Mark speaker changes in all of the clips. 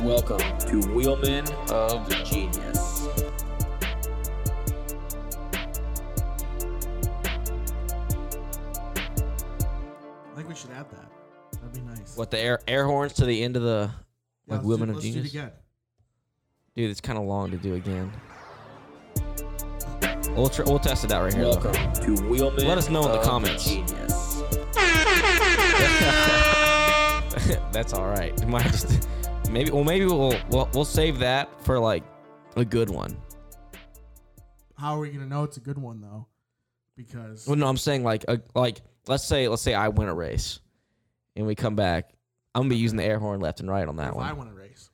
Speaker 1: Welcome to Wheelman of Genius.
Speaker 2: I think we should add that. That'd be nice.
Speaker 3: What the air air horns to the end of the
Speaker 2: Yeah,
Speaker 3: like
Speaker 2: let's do-
Speaker 3: women of
Speaker 2: let's do it
Speaker 3: genius.
Speaker 2: again.
Speaker 3: Dude, it's kind of long to do again. We'll tr- we'll test it out right here. though.
Speaker 1: Welcome to Wheelman.
Speaker 3: Let us know in the
Speaker 1: of
Speaker 3: comments.
Speaker 1: Genius.
Speaker 3: That's all right. We might just- maybe well maybe we'll, we'll we'll save that for like a good one.
Speaker 2: How are we gonna know it's a good one though? Because
Speaker 3: Well, no, I'm saying like a, like let's say let's say I win a race, and we come back. I'm gonna be using the air horn left and right on that
Speaker 2: if I
Speaker 3: one.
Speaker 2: win a race,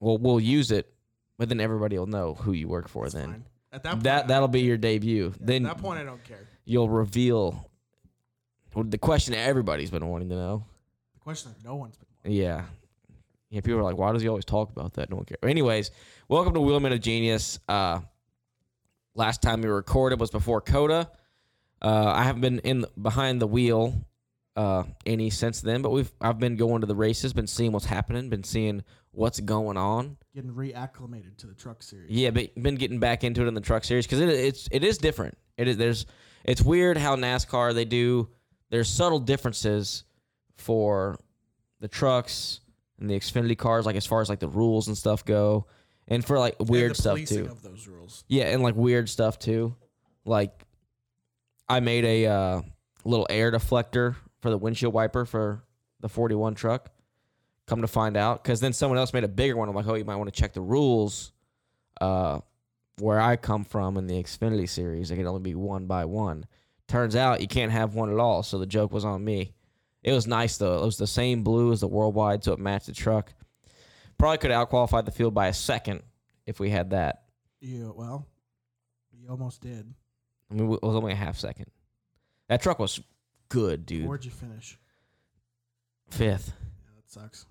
Speaker 3: Well, we'll use it, but then everybody will know who you work for.
Speaker 2: it's
Speaker 3: then
Speaker 2: fine. at that point,
Speaker 3: that that'll be your debut. then
Speaker 2: at that point I don't care.
Speaker 3: you'll reveal well, the question everybody's been wanting to know.
Speaker 2: The question that no one's been.
Speaker 3: Yeah. Yeah, people are like, why does he always talk about that? No one cares. Anyways, welcome to Wheelman of Genius. Uh, last time we recorded was before Coda. Uh, I haven't been in behind the wheel uh, any since then, but we've I've been going to the races, been seeing what's happening, been seeing what's going on.
Speaker 2: getting reacclimated to the truck series.
Speaker 3: Yeah, but been getting back into it in the truck series because it, it's it is different. It is there's it's weird how NASCAR they do there's subtle differences for the trucks and the Xfinity cars, like as far as like the rules and stuff go, and for like
Speaker 2: And
Speaker 3: weird
Speaker 2: the
Speaker 3: stuff
Speaker 2: policing
Speaker 3: too.
Speaker 2: Of those rules,
Speaker 3: yeah, and like weird stuff too. Like I made a uh, little air deflector for the windshield wiper for the 41 truck. Come to find out, because then someone else made a bigger one. I'm like, oh, you might want to check the rules. Uh, where I come from in the Xfinity series, it can only be one by one. Turns out you can't have one at all, so the joke was on me. It was nice though. It was the same blue as the worldwide, so it matched the truck. Probably could have outqualified the field by a second if we had that.
Speaker 2: yeah. Well, you almost did.
Speaker 3: I mean, it was only a half second. That truck was good, dude.
Speaker 2: Where'd you finish?
Speaker 3: Fifth.
Speaker 2: Yeah, that sucks.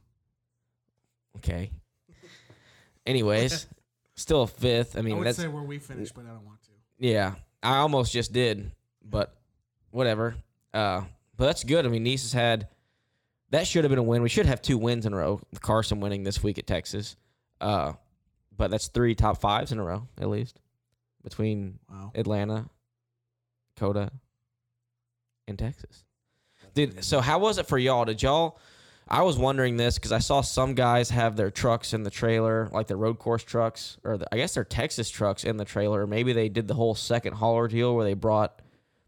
Speaker 3: Okay. Anyways, still fifth. I
Speaker 2: I,
Speaker 3: mean,
Speaker 2: would
Speaker 3: that's
Speaker 2: say where we finished, but I don't want to.
Speaker 3: yeah. I almost just did, but whatever. Uh, but that's good. I mean, Nice has had that should have been a win. We should have two wins in a row. with Carson winning this week at Texas. Uh, but that's three top fives in a row at least between
Speaker 2: Wow.
Speaker 3: Atlanta, Coda, and Texas. Dude, so how was it for y'all? Did y'all? I was wondering this because I saw some guys have their trucks in the trailer, like the road course trucks, or the, I guess their Texas trucks in the trailer. Maybe they did the whole second hauler deal where they brought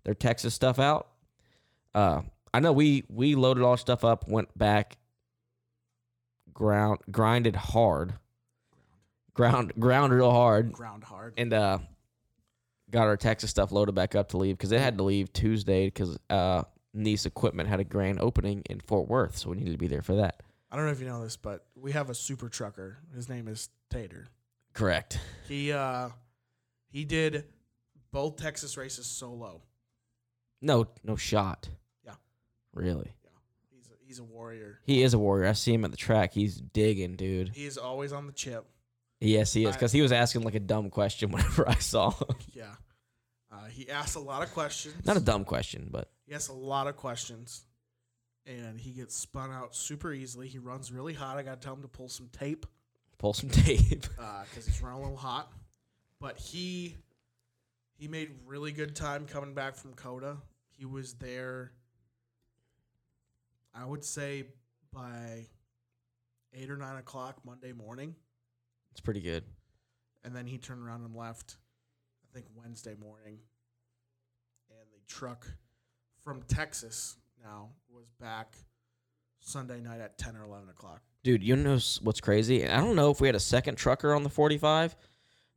Speaker 3: their Texas stuff out. Uh, I know we we loaded all our stuff up, went back, ground grinded hard, ground ground real hard,
Speaker 2: Ground hard.
Speaker 3: and uh got our Texas stuff loaded back up to leave because it had to leave Tuesday because uh Nice Equipment had a grand opening in Fort Worth, so we needed to be there for that.
Speaker 2: I don't know if you know this, but we have a super trucker. His name is Tater.
Speaker 3: Correct.
Speaker 2: He uh, he did both Texas races solo.
Speaker 3: No, no shot.
Speaker 2: Yeah.
Speaker 3: Really.
Speaker 2: He's a, he's a warrior.
Speaker 3: He is a warrior. I see him at the track. He's digging, dude.
Speaker 2: He is always on the chip.
Speaker 3: Yes, he is.
Speaker 2: I-
Speaker 3: Because he was asking like a dumb question whenever I saw him.
Speaker 2: Yeah. Uh, he asks a lot of questions.
Speaker 3: Not a dumb question, but
Speaker 2: He asks a lot of questions, and he gets spun out super easily. He runs really hot. I got to tell him to pull some tape
Speaker 3: pull some tape.
Speaker 2: because he's uh, running a little hot. But he he made really good time coming back from Coda. He was there, I would say, by eight or nine o'clock Monday morning,
Speaker 3: It's pretty good.
Speaker 2: and then he turned around and left. I think Wednesday morning, and the truck from Texas now was back Sunday night at ten or eleven o'clock.
Speaker 3: Dude, you know s- what's crazy? And I don't know if we had a second trucker on the 45,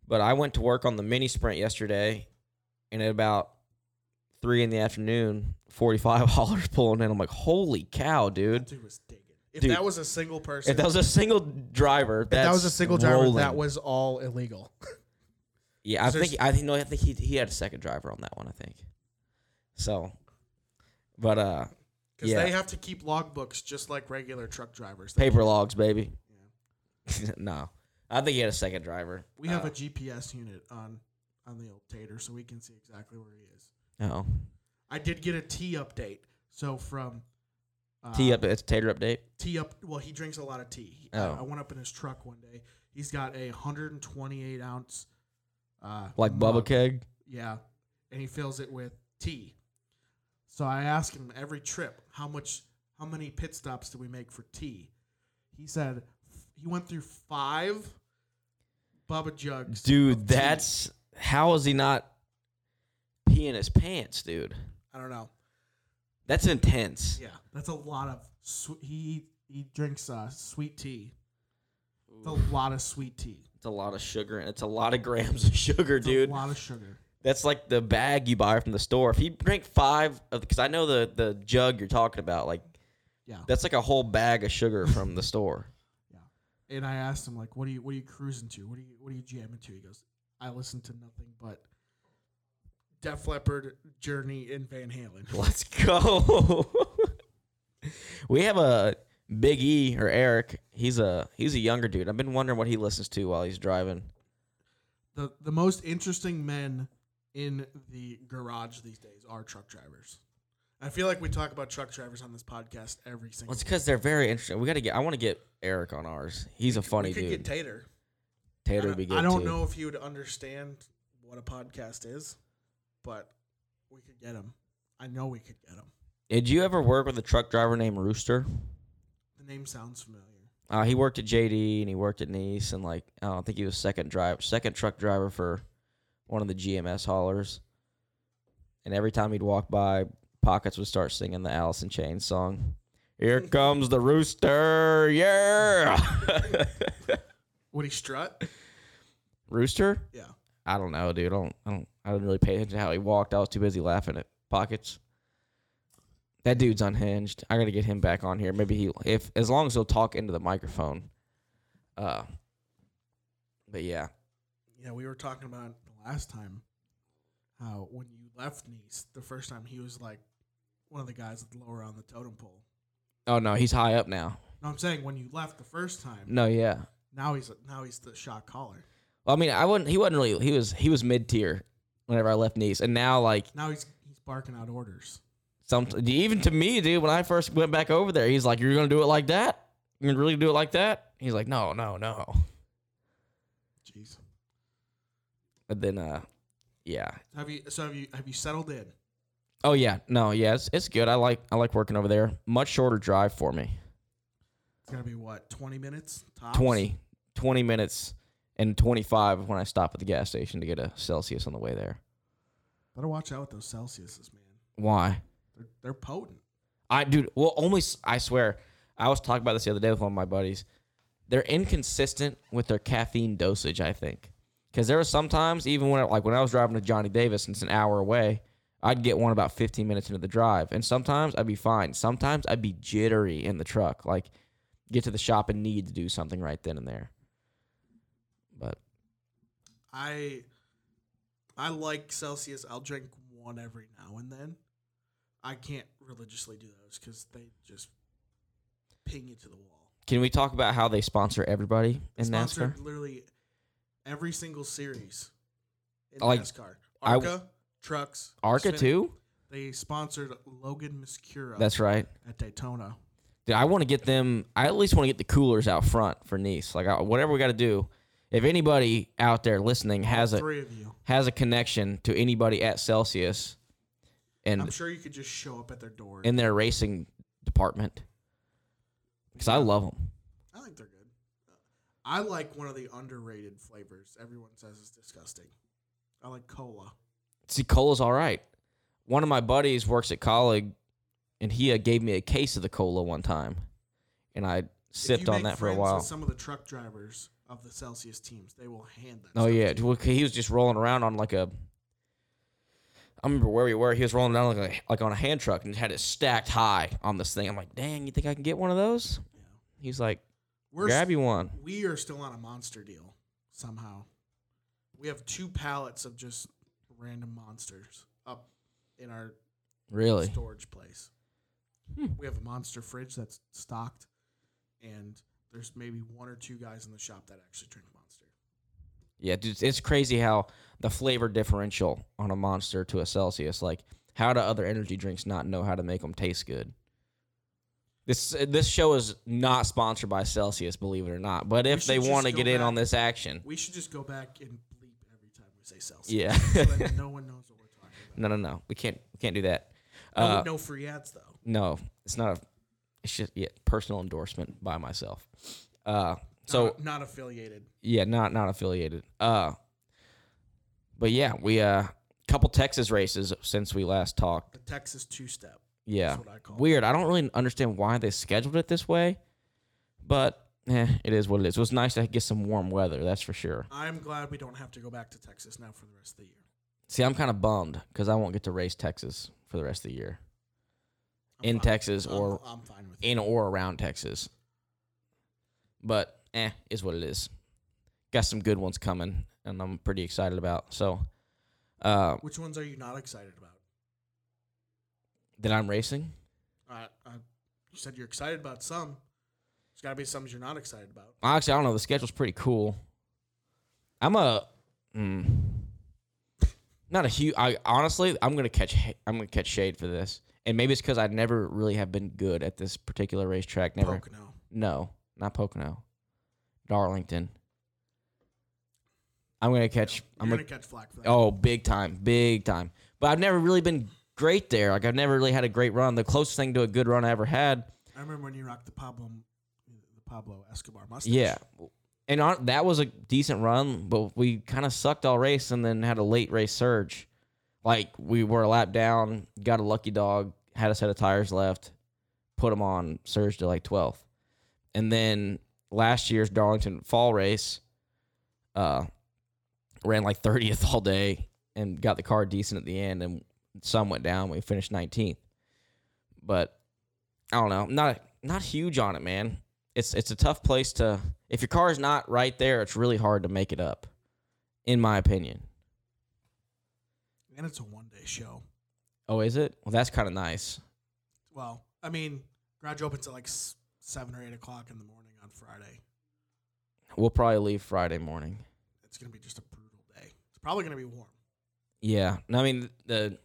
Speaker 3: but I went to work on the mini sprint yesterday, and at about three in the afternoon, 45 haulers pulling in. I'm like, holy cow,
Speaker 2: That
Speaker 3: dude!
Speaker 2: dude was digging. If
Speaker 3: Dude.
Speaker 2: that was a single person,
Speaker 3: If that was a single driver,
Speaker 2: If
Speaker 3: that's
Speaker 2: that was a single driver,
Speaker 3: rolling.
Speaker 2: that was all illegal.
Speaker 3: Yeah, I
Speaker 2: Is there
Speaker 3: think I think no, I think he he had a second driver on that one. I think so, but uh,
Speaker 2: Because
Speaker 3: Yeah.
Speaker 2: they have to keep logbooks just like regular truck drivers. They-
Speaker 3: paper logs, baby. no, I think he had a second driver.
Speaker 2: We have
Speaker 3: Uh,
Speaker 2: a GPS unit on on the old Tater, so we can see exactly where he is.
Speaker 3: oh,
Speaker 2: I did get a T update. So from Uh,
Speaker 3: Tea up. It's tater update.
Speaker 2: tea up. Well, he drinks a lot of tea. He-
Speaker 3: Oh.
Speaker 2: I, I went up in his truck one day. He's got a 128 ounce, uh,
Speaker 3: Like Bubba
Speaker 2: mug.
Speaker 3: Keg.
Speaker 2: Yeah, and he fills it with tea. So I ask him every trip, how much, how many pit stops do we make for tea? He said he went through five Bubba jugs. of
Speaker 3: Dude,
Speaker 2: tea.
Speaker 3: that's how is he not peeing his pants, dude?
Speaker 2: I don't know.
Speaker 3: That's intense.
Speaker 2: Yeah, that's a lot of. Sw- he he drinks uh, sweet tea. It's a lot of sweet tea.
Speaker 3: It's a lot of sugar and it's a lot of grams of sugar,
Speaker 2: It's
Speaker 3: dude.
Speaker 2: a lot of sugar.
Speaker 3: That's like the bag you buy from the store. If you drink five of, because I know the the jug you're talking about, like
Speaker 2: Yeah.
Speaker 3: that's like a whole bag of sugar from the store.
Speaker 2: and I asked him like, "What are you what are you cruising to? What are you what are you jamming to?" He goes, "I listen to nothing but Def Leppard, Journey, and Van Halen."
Speaker 3: Let's go. we have a Big E or Eric. He's a he's a younger dude. I've been wondering what he listens to while he's driving.
Speaker 2: The the most interesting men in the garage these days are truck drivers. I feel like we talk about truck drivers on this podcast every single.
Speaker 3: Well, it's because they're very interesting. We gotta get. I want to get Eric on ours. He's a funny
Speaker 2: we could
Speaker 3: dude.
Speaker 2: get Tater. I
Speaker 3: Tater would be
Speaker 2: don't,
Speaker 3: good
Speaker 2: I don't
Speaker 3: too.
Speaker 2: know if he would understand what a podcast is, but we could get him. I know we could get him.
Speaker 3: Did you ever work with a truck driver named Rooster?
Speaker 2: The name sounds familiar.
Speaker 3: Uh, he worked at JD and he worked at Nice and like I don't think he was second drive second truck driver for one of the GMS haulers. And every time he'd walk by, Pockets would start singing the Alice in Chains song. Here comes the rooster, yeah.
Speaker 2: Would he strut?
Speaker 3: rooster?
Speaker 2: Yeah.
Speaker 3: I don't know, dude. I don't, I don't, I didn't really pay attention to how he walked. I was too busy laughing at pockets. That dude's unhinged. I gotta get him back on here. Maybe he, if as long as he'll talk into the microphone. Uh, but yeah,
Speaker 2: Yeah, we were talking about the last time how when you left Nice the first time, he was like one of the guys lower on the totem pole.
Speaker 3: oh no, he's high up now.
Speaker 2: No, I'm saying when you left the first time,
Speaker 3: No, yeah.
Speaker 2: now he's now he's the shot caller.
Speaker 3: Well, I mean, I wouldn't. He wasn't really. He was. He was mid tier whenever I left Nice, and now like
Speaker 2: Now he's he's barking out orders.
Speaker 3: some even to me, dude. When I first went back over there, he's like, "You're gonna do it like that? You're gonna really do it like that?" He's like, "No, no, no."
Speaker 2: Jeez.
Speaker 3: But then, uh, yeah,
Speaker 2: Have you so have you have you settled in?
Speaker 3: Oh yeah, no, yeah, it's, it's good. I like I like working over there. Much shorter drive for me.
Speaker 2: It's gotta be what twenty minutes tops.
Speaker 3: 20, 20 minutes and 25 when I stop at the gas station to get a Celsius on the way there.
Speaker 2: Better watch out with those Celsiuses, man.
Speaker 3: Why?
Speaker 2: They're they're potent.
Speaker 3: I dude, well only s- I swear. I was talking about this the other day with one of my buddies. They're inconsistent with their caffeine dosage, I think. Cuz there are sometimes even when I, like when I was driving to Johnny Davis and it's an hour away, I'd get one about 15 minutes into the drive and sometimes I'd be fine. Sometimes I'd be jittery in the truck, like get to the shop and need to do something right then and there. But
Speaker 2: I I like Celsius. I'll drink one every now and then. I can't religiously do those because they just ping you to the wall.
Speaker 3: can we talk about how they sponsor everybody in
Speaker 2: Sponsored
Speaker 3: NASCAR?
Speaker 2: literally every single series in
Speaker 3: Like,
Speaker 2: NASCAR.
Speaker 3: I-
Speaker 2: Arca, trucks,
Speaker 3: Arca
Speaker 2: Xfinity.
Speaker 3: too?
Speaker 2: They sponsored Logan Miscura
Speaker 3: That's right.
Speaker 2: at Daytona.
Speaker 3: Dude, I want to get them. I at least want to get the coolers out front for Nice. Like I, whatever we got to do. If anybody out there listening has a
Speaker 2: Three of you.
Speaker 3: has a connection to anybody at Celsius,
Speaker 2: I'm
Speaker 3: and
Speaker 2: sure you could just show up at their door.
Speaker 3: in their racing department, because I love them.
Speaker 2: I think they're good. I like one of the underrated flavors. Everyone says it's disgusting. I like cola.
Speaker 3: See, cola's all right. One of my buddies works at college, and he uh, gave me a case of the cola one time, and I
Speaker 2: if
Speaker 3: sipped
Speaker 2: you
Speaker 3: on
Speaker 2: make
Speaker 3: that for a
Speaker 2: friends
Speaker 3: while.
Speaker 2: With some of the truck drivers of the Celsius teams, they will hand that.
Speaker 3: Oh
Speaker 2: stuff
Speaker 3: yeah,
Speaker 2: to you.
Speaker 3: well, 'cause he was just rolling around on like a. I remember where we were. He was rolling down like a, like on a hand truck and had it stacked high on this thing. I'm like, dang, you think I can get one of those?
Speaker 2: Yeah.
Speaker 3: He's like,
Speaker 2: We're
Speaker 3: grab
Speaker 2: s-
Speaker 3: you one.
Speaker 2: we are still on a monster deal somehow. We have two pallets of just random monsters up in our
Speaker 3: Really?
Speaker 2: storage place.
Speaker 3: Hmm.
Speaker 2: We have a monster fridge that's stocked, and there's maybe one or two guys in the shop that actually drink monster.
Speaker 3: Yeah, dude, it's crazy how the flavor differential on a monster to a Celsius. Like, how do other energy drinks not know how to make them taste good? This this show is not sponsored by Celsius, believe it or not. But if
Speaker 2: should
Speaker 3: they
Speaker 2: just
Speaker 3: want to
Speaker 2: go
Speaker 3: get in
Speaker 2: back.
Speaker 3: on this action,
Speaker 2: We should just go back and bleep every time we say Celsius.
Speaker 3: yeah.
Speaker 2: so that no one knows what we're talking about.
Speaker 3: no, no, no. We can't we can't do that.
Speaker 2: No-
Speaker 3: Uh,
Speaker 2: no free ads though.
Speaker 3: no, it's not. A, it's just yeah, personal endorsement by myself. Uh, so
Speaker 2: not, not affiliated.
Speaker 3: Yeah, not not affiliated. Uh but yeah, we uh couple Texas races since we last talked.
Speaker 2: The Texas two step.
Speaker 3: Yeah.
Speaker 2: what I call it.
Speaker 3: Weird. I don't really understand why they scheduled it this way, but eh, it is what it is. It was nice to get some warm weather, that's for sure.
Speaker 2: I'm glad we don't have to go back to Texas now for the rest of the year.
Speaker 3: See, I'm kind of bummed cuz I won't get to race Texas for the rest of the year
Speaker 2: I'm
Speaker 3: In
Speaker 2: fine.
Speaker 3: Texas
Speaker 2: I'm-
Speaker 3: or-
Speaker 2: I'm, fine with it.
Speaker 3: in or around Texas. But eh, is what it is. Got some good ones coming and I'm pretty excited about. So uh
Speaker 2: Which ones are you not excited about?
Speaker 3: that I'm racing.
Speaker 2: I, I, you said you're excited about some. There's got to be some you're not excited about.
Speaker 3: Actually, I don't know. The schedule's pretty cool. I'm a, mm, not a huge. I honestly, I'm gonna catch. ha- I'm gonna catch shade for this, and maybe it's because I never really have been good at this particular racetrack. Never.
Speaker 2: Pocono.
Speaker 3: No, not Pocono, Darlington. I'm gonna catch. I'm
Speaker 2: you're
Speaker 3: gonna.
Speaker 2: gonna catch flack for that.
Speaker 3: Oh, big time, big time. But I've never really been great there. Like I've never really had a great run. The closest thing to a good run I ever had
Speaker 2: I remember when you rocked the Pablo, the Pablo Escobar mustache.
Speaker 3: Yeah. And on, that was a decent run, but we kind of sucked all race and then had a late race surge. Like we were a lap down, got a lucky dog, had a set of tires left, put them on, surged to like 12th. And then last year's Darlington fall race, uh, ran like 30th all day and got the car decent at the end and some went down. We finished 19th. But I don't know. Not not huge on it, man. It's it's a tough place to if your car is not right there, it's really hard to make it up, in my opinion.
Speaker 2: and it's a one day show.
Speaker 3: Oh, is it? Well, that's kind of nice.
Speaker 2: Well, I mean, garage opens at like s- seven or eight o'clock in the morning on Friday.
Speaker 3: We'll probably leave Friday morning.
Speaker 2: It's gonna be just a brutal day. It's probably gonna be warm.
Speaker 3: Yeah. No, I mean the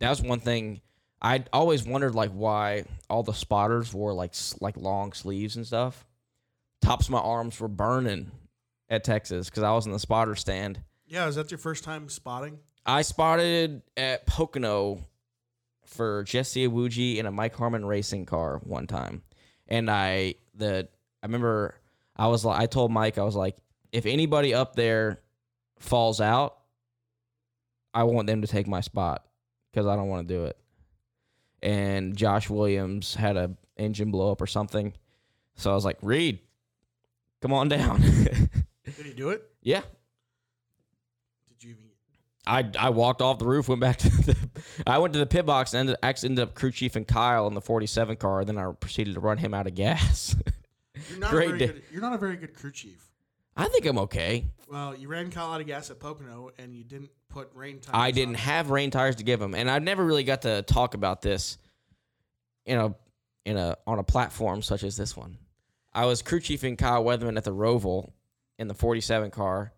Speaker 3: that was one thing I always wondered like why all the spotters wore like s- like long sleeves and stuff. Tops of my arms were burning at Texas because I was in the spotter stand
Speaker 2: Yeah, is that your first time spotting?
Speaker 3: I spotted at Pocono for Jesse Awuji in a Mike Harmon racing car one time, and I the I remember I was like I told Mike I was like if anybody up there falls out, I want them to take my spot because I don't want to do it. And Josh Williams had a engine blow up or something, so I was like Reed, come on down.
Speaker 2: Did he do it?
Speaker 3: yeah,
Speaker 2: Did you even?
Speaker 3: I, I walked off the roof, went back to the, I went to the pit box and ended, actually ended up crew chief and Kyle in the 47 car. Then I proceeded to run him out of gas.
Speaker 2: You're not
Speaker 3: Great
Speaker 2: a very
Speaker 3: day.
Speaker 2: good. You're not a very good crew chief.
Speaker 3: I think I'm okay.
Speaker 2: Well, you ran Kyle out of gas at Pocono, and you didn't put rain time.
Speaker 3: I didn't have rain tires to give him, and I never really got to talk about this, you know, in a on a platform such as this one. I was crew chiefing Kyle Weatherman at the Roval in the 47 car,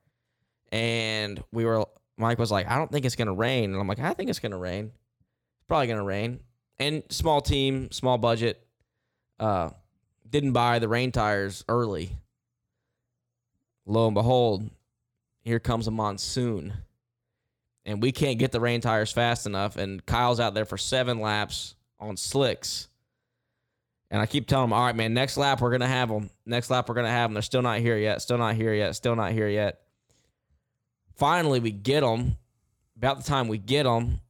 Speaker 3: and we were. Mike was like, "I don't think it's gonna rain," and I'm like, "I think it's gonna rain. It's probably gonna rain." And small team, small budget, uh, didn't buy the rain tires early. Lo and behold, here comes a monsoon and we can't get the rain tires fast enough. And Kyle's out there for seven laps on slicks. And I keep telling him, all right, man, next lap we're gonna have them. Next lap we're gonna have them. They're still not here yet. Still not here yet. Still not here yet. Finally, we get them. About the time we get them,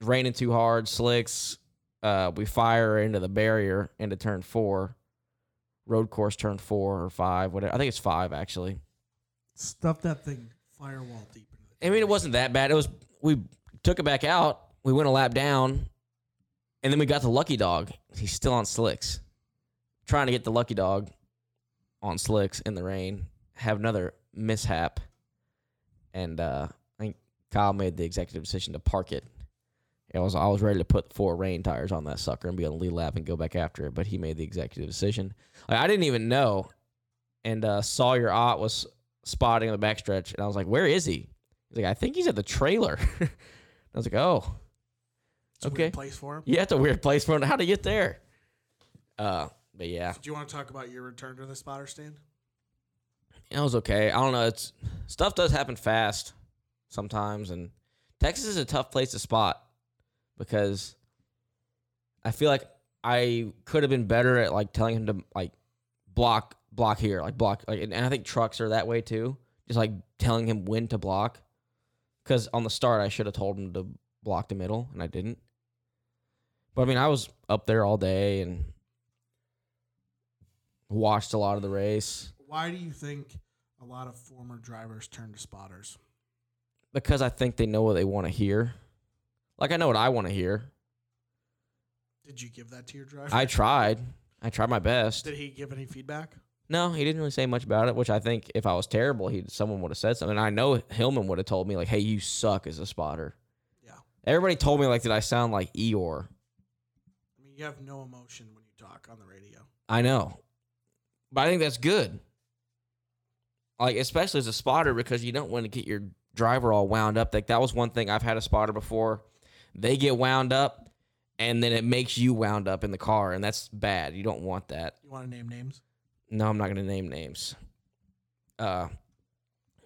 Speaker 3: raining too hard, slicks. Uh, we fire into the barrier into turn four, road course turn four or five, whatever. I think it's five actually.
Speaker 2: stuff that thing firewall deep. Into the
Speaker 3: I mean, it wasn't that bad. It was we took it back out. We went a lap down, and then we got the lucky dog. He's still on slicks, trying to get the lucky dog on slicks in the rain. Have another mishap, and uh, I think Kyle made the executive decision to park it. It was I was ready to put four rain tires on that sucker and be on the lead lap and go back after it, but he made the executive decision. Like, I didn't even know, and uh, Sawyer Ott was spotting on the backstretch, and I was like, "Where is he?" He's like, I think he's at the trailer. I was like, oh,
Speaker 2: It's a
Speaker 3: okay.
Speaker 2: weird place for him.
Speaker 3: yeah, it's a weird place for him. How'd he get there? Uh, but yeah,
Speaker 2: Do you want to talk about your return to the spotter stand?
Speaker 3: it was okay. I don't know. It's stuff does happen fast sometimes, and Texas is a tough place to spot because I feel like I could have been better at like telling him to like block, block here, like block, like, and, and I think trucks are that way too. Just like telling him when to block, because on the start I should have told him to block the middle, and I didn't. But I mean, I was up there all day and watched a lot of the race.
Speaker 2: Why do you think a lot of former drivers turn to spotters?
Speaker 3: because I think they know what they want to hear. Like I know what I want to hear.
Speaker 2: Did you give that to your driver?
Speaker 3: I tried. I tried my best.
Speaker 2: Did he give any feedback?
Speaker 3: No, he didn't really say much about it, which I think if I was terrible, he someone would have said something. I know Hillman would have told me like, "Hey, you suck as a spotter."
Speaker 2: Yeah. I
Speaker 3: Everybody told me like that I sound like Eeyore.
Speaker 2: mean, you have no emotion when you talk on the radio.
Speaker 3: I know. But I think that's good. Like, especially as a spotter, because you don't want to get your driver all wound up. Like, that was one thing I've had a spotter before. They get wound up, and then it makes you wound up in the car, and that's bad. You don't want that.
Speaker 2: You want to name names?
Speaker 3: No, I'm not going to name names. Uh,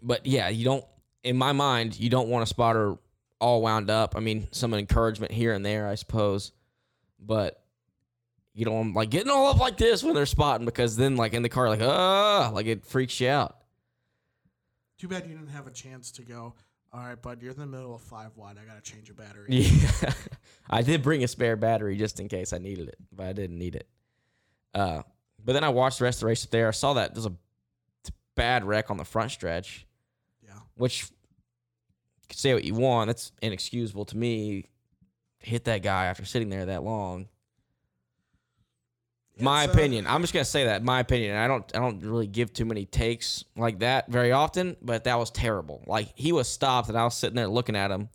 Speaker 3: but yeah, you don't. In my mind, you don't want a spotter all wound up. I mean, some encouragement here and there, I suppose, but you don't want 'em, like getting all up like this when they're spotting because then, like in the car, like ah, like it freaks you out.
Speaker 2: Too bad you didn't have a chance to go. All right, bud, you're in the middle of five wide. I gotta change a battery.
Speaker 3: Yeah. I did bring a spare battery just in case I needed it, but I didn't need it. Uh, but then I watched the rest of the race up there. I saw that there's a bad wreck on the front stretch.
Speaker 2: Yeah.
Speaker 3: Which you can say what you want. That's inexcusable to me. Hit that guy after sitting there that long. My
Speaker 2: It's, uh,
Speaker 3: opinion. I'm just gonna say that. My opinion. I don't. I don't really give too many takes like that very often. But that was terrible. Like he was stopped, and I was sitting there looking at him.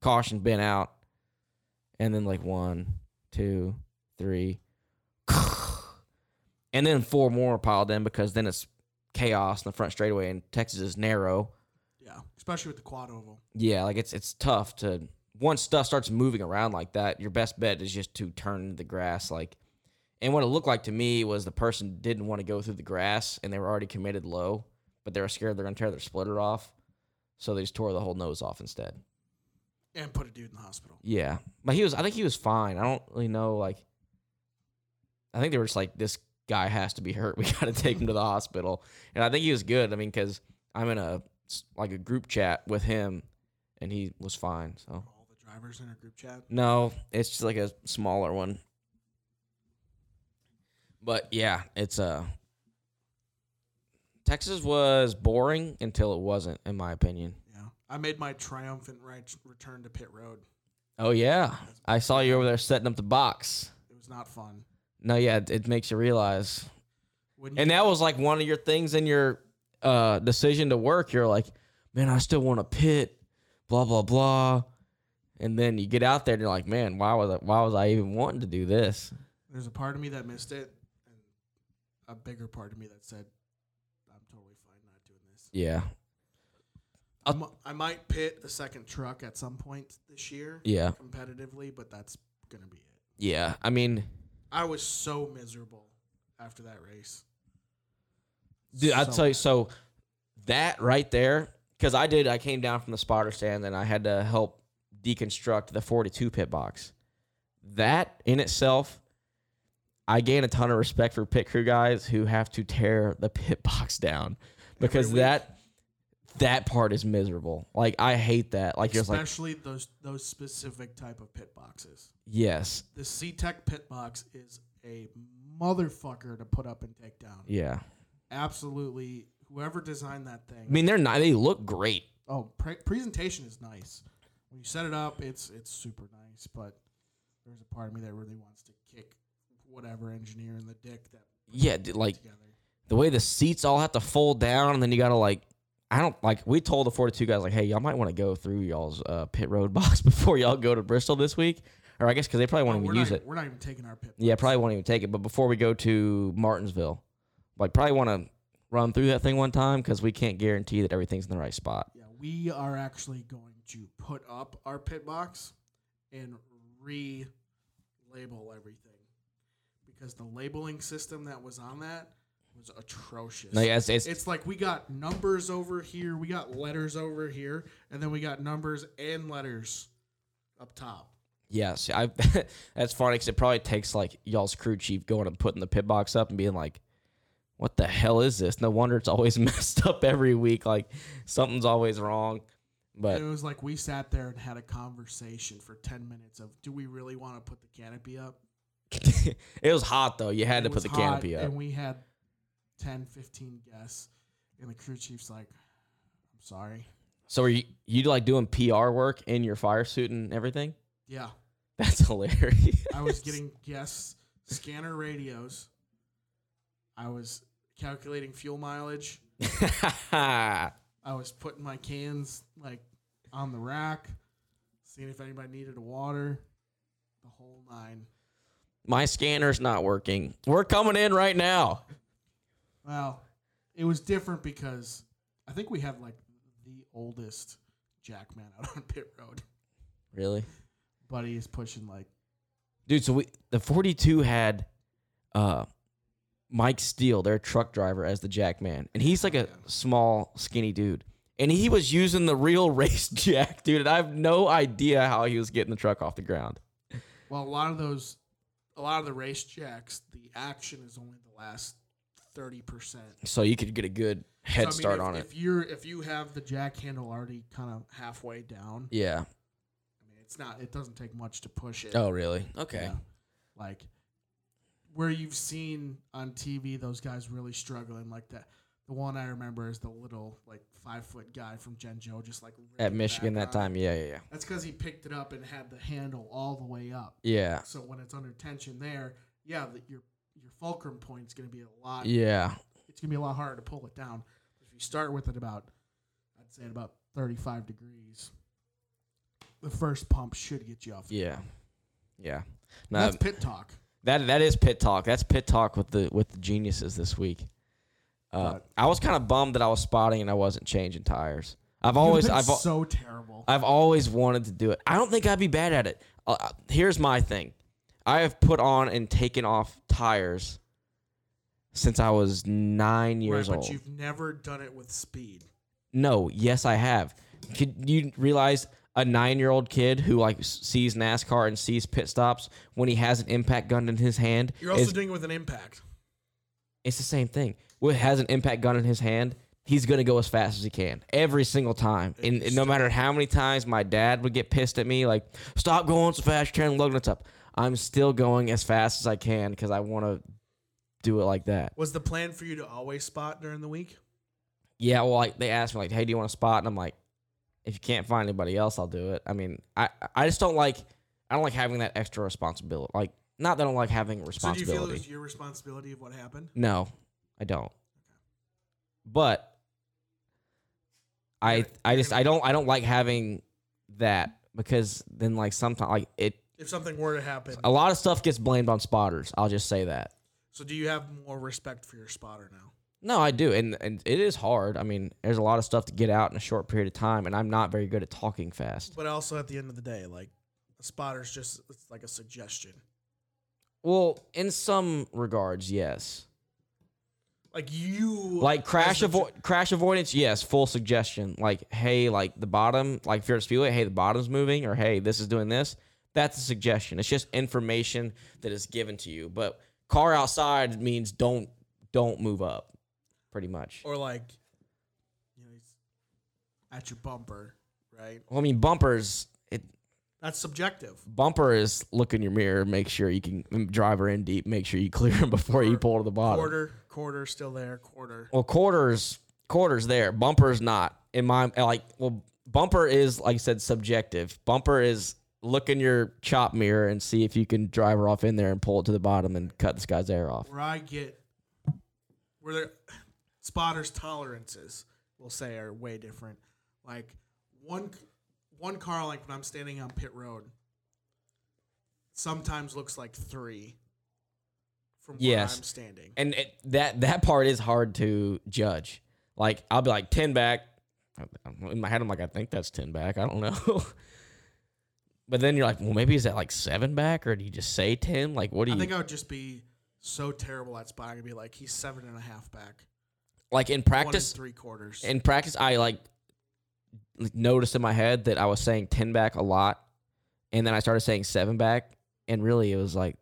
Speaker 3: Caution been out, and then like one, two, three, and then four more piled in because then it's chaos in the front straightaway, and Texas is narrow.
Speaker 2: yeah, especially with the quad oval.
Speaker 3: Yeah, like it's it's tough to once stuff starts moving around like that, your best bet is just to turn the grass like and what it looked like to me was the person didn't want to go through the grass and they were already committed low, but they were scared they're gonna tear their splitter off. So they just tore the whole nose off instead.
Speaker 2: And put a dude in the hospital.
Speaker 3: Yeah. But he was I think he was fine. I don't really know like I think they were just like this guy has to be hurt. We got to take him to the hospital. And I think he was good. I mean cuz I'm in a like a group chat with him and he was fine. So
Speaker 2: All the drivers in our group chat.
Speaker 3: no, it's just like a smaller one. But yeah, it's uh Texas was boring until it wasn't, in my opinion.
Speaker 2: Yeah, I made my triumphant right return to pit road.
Speaker 3: Oh yeah, I saw you over there setting up the box.
Speaker 2: It was not fun.
Speaker 3: No, yeah, it, it makes you realize.
Speaker 2: When
Speaker 3: And that was like one of your things in your uh decision to work. You're like, man, I still want to pit, blah blah blah. And then you get out there and you're like, man, why was I, why was I even wanting to do this?
Speaker 2: There's a part of me that missed it, and a bigger part of me that said, "I'm totally fine not doing this."
Speaker 3: Yeah,
Speaker 2: I mi- I might pit a second truck at some point this year,
Speaker 3: yeah.
Speaker 2: competitively, but that's gonna be it.
Speaker 3: Yeah, I mean,
Speaker 2: I was so miserable after that race.
Speaker 3: dude, I'll
Speaker 2: So
Speaker 3: tell you.
Speaker 2: bad.
Speaker 3: So that right there, because I did, I came down from the spotter stand and I had to help deconstruct the 42 pit box. That in itself, I gain a ton of respect for pit crew guys who have to tear the pit box down because
Speaker 2: week.
Speaker 3: that that part is miserable. Like I hate that. Like you're just like
Speaker 2: especially those those specific type of pit boxes.
Speaker 3: yes,
Speaker 2: The C Tech pit box is a motherfucker to put up and take down.
Speaker 3: yeah.
Speaker 2: Absolutely, whoever designed that thing.
Speaker 3: I mean, they're not. They look great.
Speaker 2: oh, pre- presentation is nice. When you set it up, it's it's super nice. But there's a part of me that really wants to kick whatever engineer in the dick that put
Speaker 3: Yeah,
Speaker 2: that
Speaker 3: dude, like
Speaker 2: together.
Speaker 3: the way the seats all have to fold down, and then you gotta like, I don't like. We told the forty-two guys like, hey, y'all might want to go through y'all's uh, pit road box before y'all go to Bristol this week, or I guess because they probably won't
Speaker 2: we're
Speaker 3: even
Speaker 2: not
Speaker 3: use
Speaker 2: even-
Speaker 3: it.
Speaker 2: We're not even taking our pit.
Speaker 3: Yeah,
Speaker 2: box.
Speaker 3: probably won't even take it. But before we go to Martinsville, like probably want to run through that thing one time because we can't guarantee that everything's in the right spot.
Speaker 2: Yeah, we are actually going to put up our pit box and re-label everything because the labeling system that was on that was atrocious.
Speaker 3: No, yeah, it's, it's,
Speaker 2: It's like we got numbers over here, we got letters over here, and then we got numbers and letters up top.
Speaker 3: yes. I that's funny because it probably takes like y'all's crew chief going and putting the pit box up and being like, "What the hell is this?" No wonder it's always messed up every week. Like something's always wrong. But
Speaker 2: it was like we sat there and had a conversation for 10 minutes of do we really want to put the canopy up?
Speaker 3: it was hot though. You had
Speaker 2: It
Speaker 3: to put
Speaker 2: was
Speaker 3: the
Speaker 2: hot,
Speaker 3: canopy up.
Speaker 2: And we had 10, 15 guests, and the crew chief's like, I'm sorry.
Speaker 3: So are you you like doing PR work in your fire suit and everything?
Speaker 2: Yeah,
Speaker 3: That's hilarious.
Speaker 2: I was getting guests, scanner radios, I was calculating fuel mileage. I was putting my cans like on the rack, seeing if anybody needed a water, the whole nine.
Speaker 3: My scanner's not working. We're coming in right now.
Speaker 2: Well, it was different because I think we had like the oldest jackman out on pit road.
Speaker 3: Really?
Speaker 2: Buddy is pushing like
Speaker 3: Dude, so we the 42 had uh Mike Steele, their truck driver as the jack man. And he's like a small skinny dude. And he was using the real race jack, dude, and I have no idea how he was getting the truck off the ground.
Speaker 2: well a lot of those a lot of the race jacks, the action is only the last thirty percent.
Speaker 3: So you could get a good head start on it.
Speaker 2: If you're if you have the jack handle already kind of halfway down,
Speaker 3: Yeah.
Speaker 2: I mean it's not it doesn't take much to push it.
Speaker 3: Oh, really? Okay.
Speaker 2: Yeah. Like where you've seen on TV those guys really struggling like that. The one I remember is the little like five foot guy from Gen Joe, just like ripping
Speaker 3: At
Speaker 2: it
Speaker 3: Michigan
Speaker 2: back
Speaker 3: that
Speaker 2: on.
Speaker 3: time. Yeah, yeah, yeah.
Speaker 2: That's because he picked it up and had the handle all the way up.
Speaker 3: Yeah.
Speaker 2: So when it's under tension there, yeah, that your your fulcrum point's gonna be a lot.
Speaker 3: Yeah.
Speaker 2: It's gonna be a lot harder to pull it down. If you start with it about, I'd say at about thirty five degrees, the first pump should get you off. the
Speaker 3: Yeah.
Speaker 2: ground.
Speaker 3: Yeah.
Speaker 2: And
Speaker 3: No,
Speaker 2: that's pit talk.
Speaker 3: that that is pit talk. That's pit talk with the with the geniuses this week. Uh,
Speaker 2: But-
Speaker 3: I was kind of bummed that I was spotting and I wasn't changing tires. I've
Speaker 2: You've
Speaker 3: always
Speaker 2: been
Speaker 3: I've al-
Speaker 2: so terrible.
Speaker 3: I've always wanted to do it. I don't think I'd be bad at it. Uh, uh, here's my thing. I have put on and taken off tires since I was 9 years
Speaker 2: right,
Speaker 3: old.
Speaker 2: But you've never done it with speed.
Speaker 3: No, yes, I have. Could you realize a nine-year-old kid who like s- sees NASCAR and sees pit stops when he has an impact gun in his hand?
Speaker 2: You're also
Speaker 3: is-
Speaker 2: doing it with an impact.
Speaker 3: it's the same thing. When he has an impact gun in his hand, he's gonna go as fast as he can every single time. And, and no matter how many times my dad would get pissed at me, like stop going so fast, you're tearing the nuts up. I'm still going as fast as I can because I want to do it like that.
Speaker 2: Was the plan for you to always spot during the week?
Speaker 3: yeah, well, like they asked me like, "Hey, do you want a spot?" And I'm like, "If you can't find anybody else, I'll do it." I mean, I I just don't like I don't like having that extra responsibility. Like, not that I don't like having
Speaker 2: So do you feel it
Speaker 3: responsibility.
Speaker 2: was your responsibility of what happened?
Speaker 3: no, I don't. But I
Speaker 2: You're-
Speaker 3: I
Speaker 2: you're
Speaker 3: just
Speaker 2: gonna-
Speaker 3: I don't I don't like having that because then like sometimes like it
Speaker 2: If something were to happen,
Speaker 3: a lot of stuff gets blamed on spotters. I'll just say that.
Speaker 2: so do you have more respect for your spotter now?
Speaker 3: No, I do, and and it is hard. I mean, there's a lot of stuff to get out in a short period of time, and I'm not very good at talking fast.
Speaker 2: But also at the end of the day, like a spotter's just it's like a suggestion.
Speaker 3: Well, in some regards, yes.
Speaker 2: Like you
Speaker 3: Like crash
Speaker 2: as the-
Speaker 3: avoid crash avoidance, yes. Full suggestion, like hey, like the bottom, like if you're at speedway, hey, the bottom's moving, or hey, this is doing this. That's a suggestion. It's just information that is given to you. But car outside means don't don't move up, pretty much.
Speaker 2: or like you know, he's at your bumper, right?
Speaker 3: Well, I mean bumpers. It
Speaker 2: That's subjective.
Speaker 3: bumper is look in your mirror, make sure you can drive her in deep, make sure you clear him before you pull to the bottom.
Speaker 2: Quarter, quarter still there, quarter.
Speaker 3: Well, quarters, quarters there. Bumper's not in my like. Well, bumper is like I said, subjective. Bumper is look in your chop mirror and see if you can drive her off in there and pull it to the bottom and cut this guy's air off.
Speaker 2: where I get where their spotters tolerances we'll say are way different. Like one one car length when I'm standing on pit road sometimes looks like three from where
Speaker 3: Yes.
Speaker 2: I'm standing.
Speaker 3: And it, that that part is hard to judge. Like I'll be like ten back. In my head, I'm like, I think that's ten back. I don't know. but then you're like, well, maybe is that like seven back, or do you just say ten? Like, what do
Speaker 2: I
Speaker 3: you?
Speaker 2: think I would just be so terrible at spotting and be like, he's seven and a half back.
Speaker 3: Like in
Speaker 2: one and
Speaker 3: practice,
Speaker 2: three quarters.
Speaker 3: in practice, I like like, noticed in my head that I was saying ten back a lot, and then I started saying seven back, and really it was like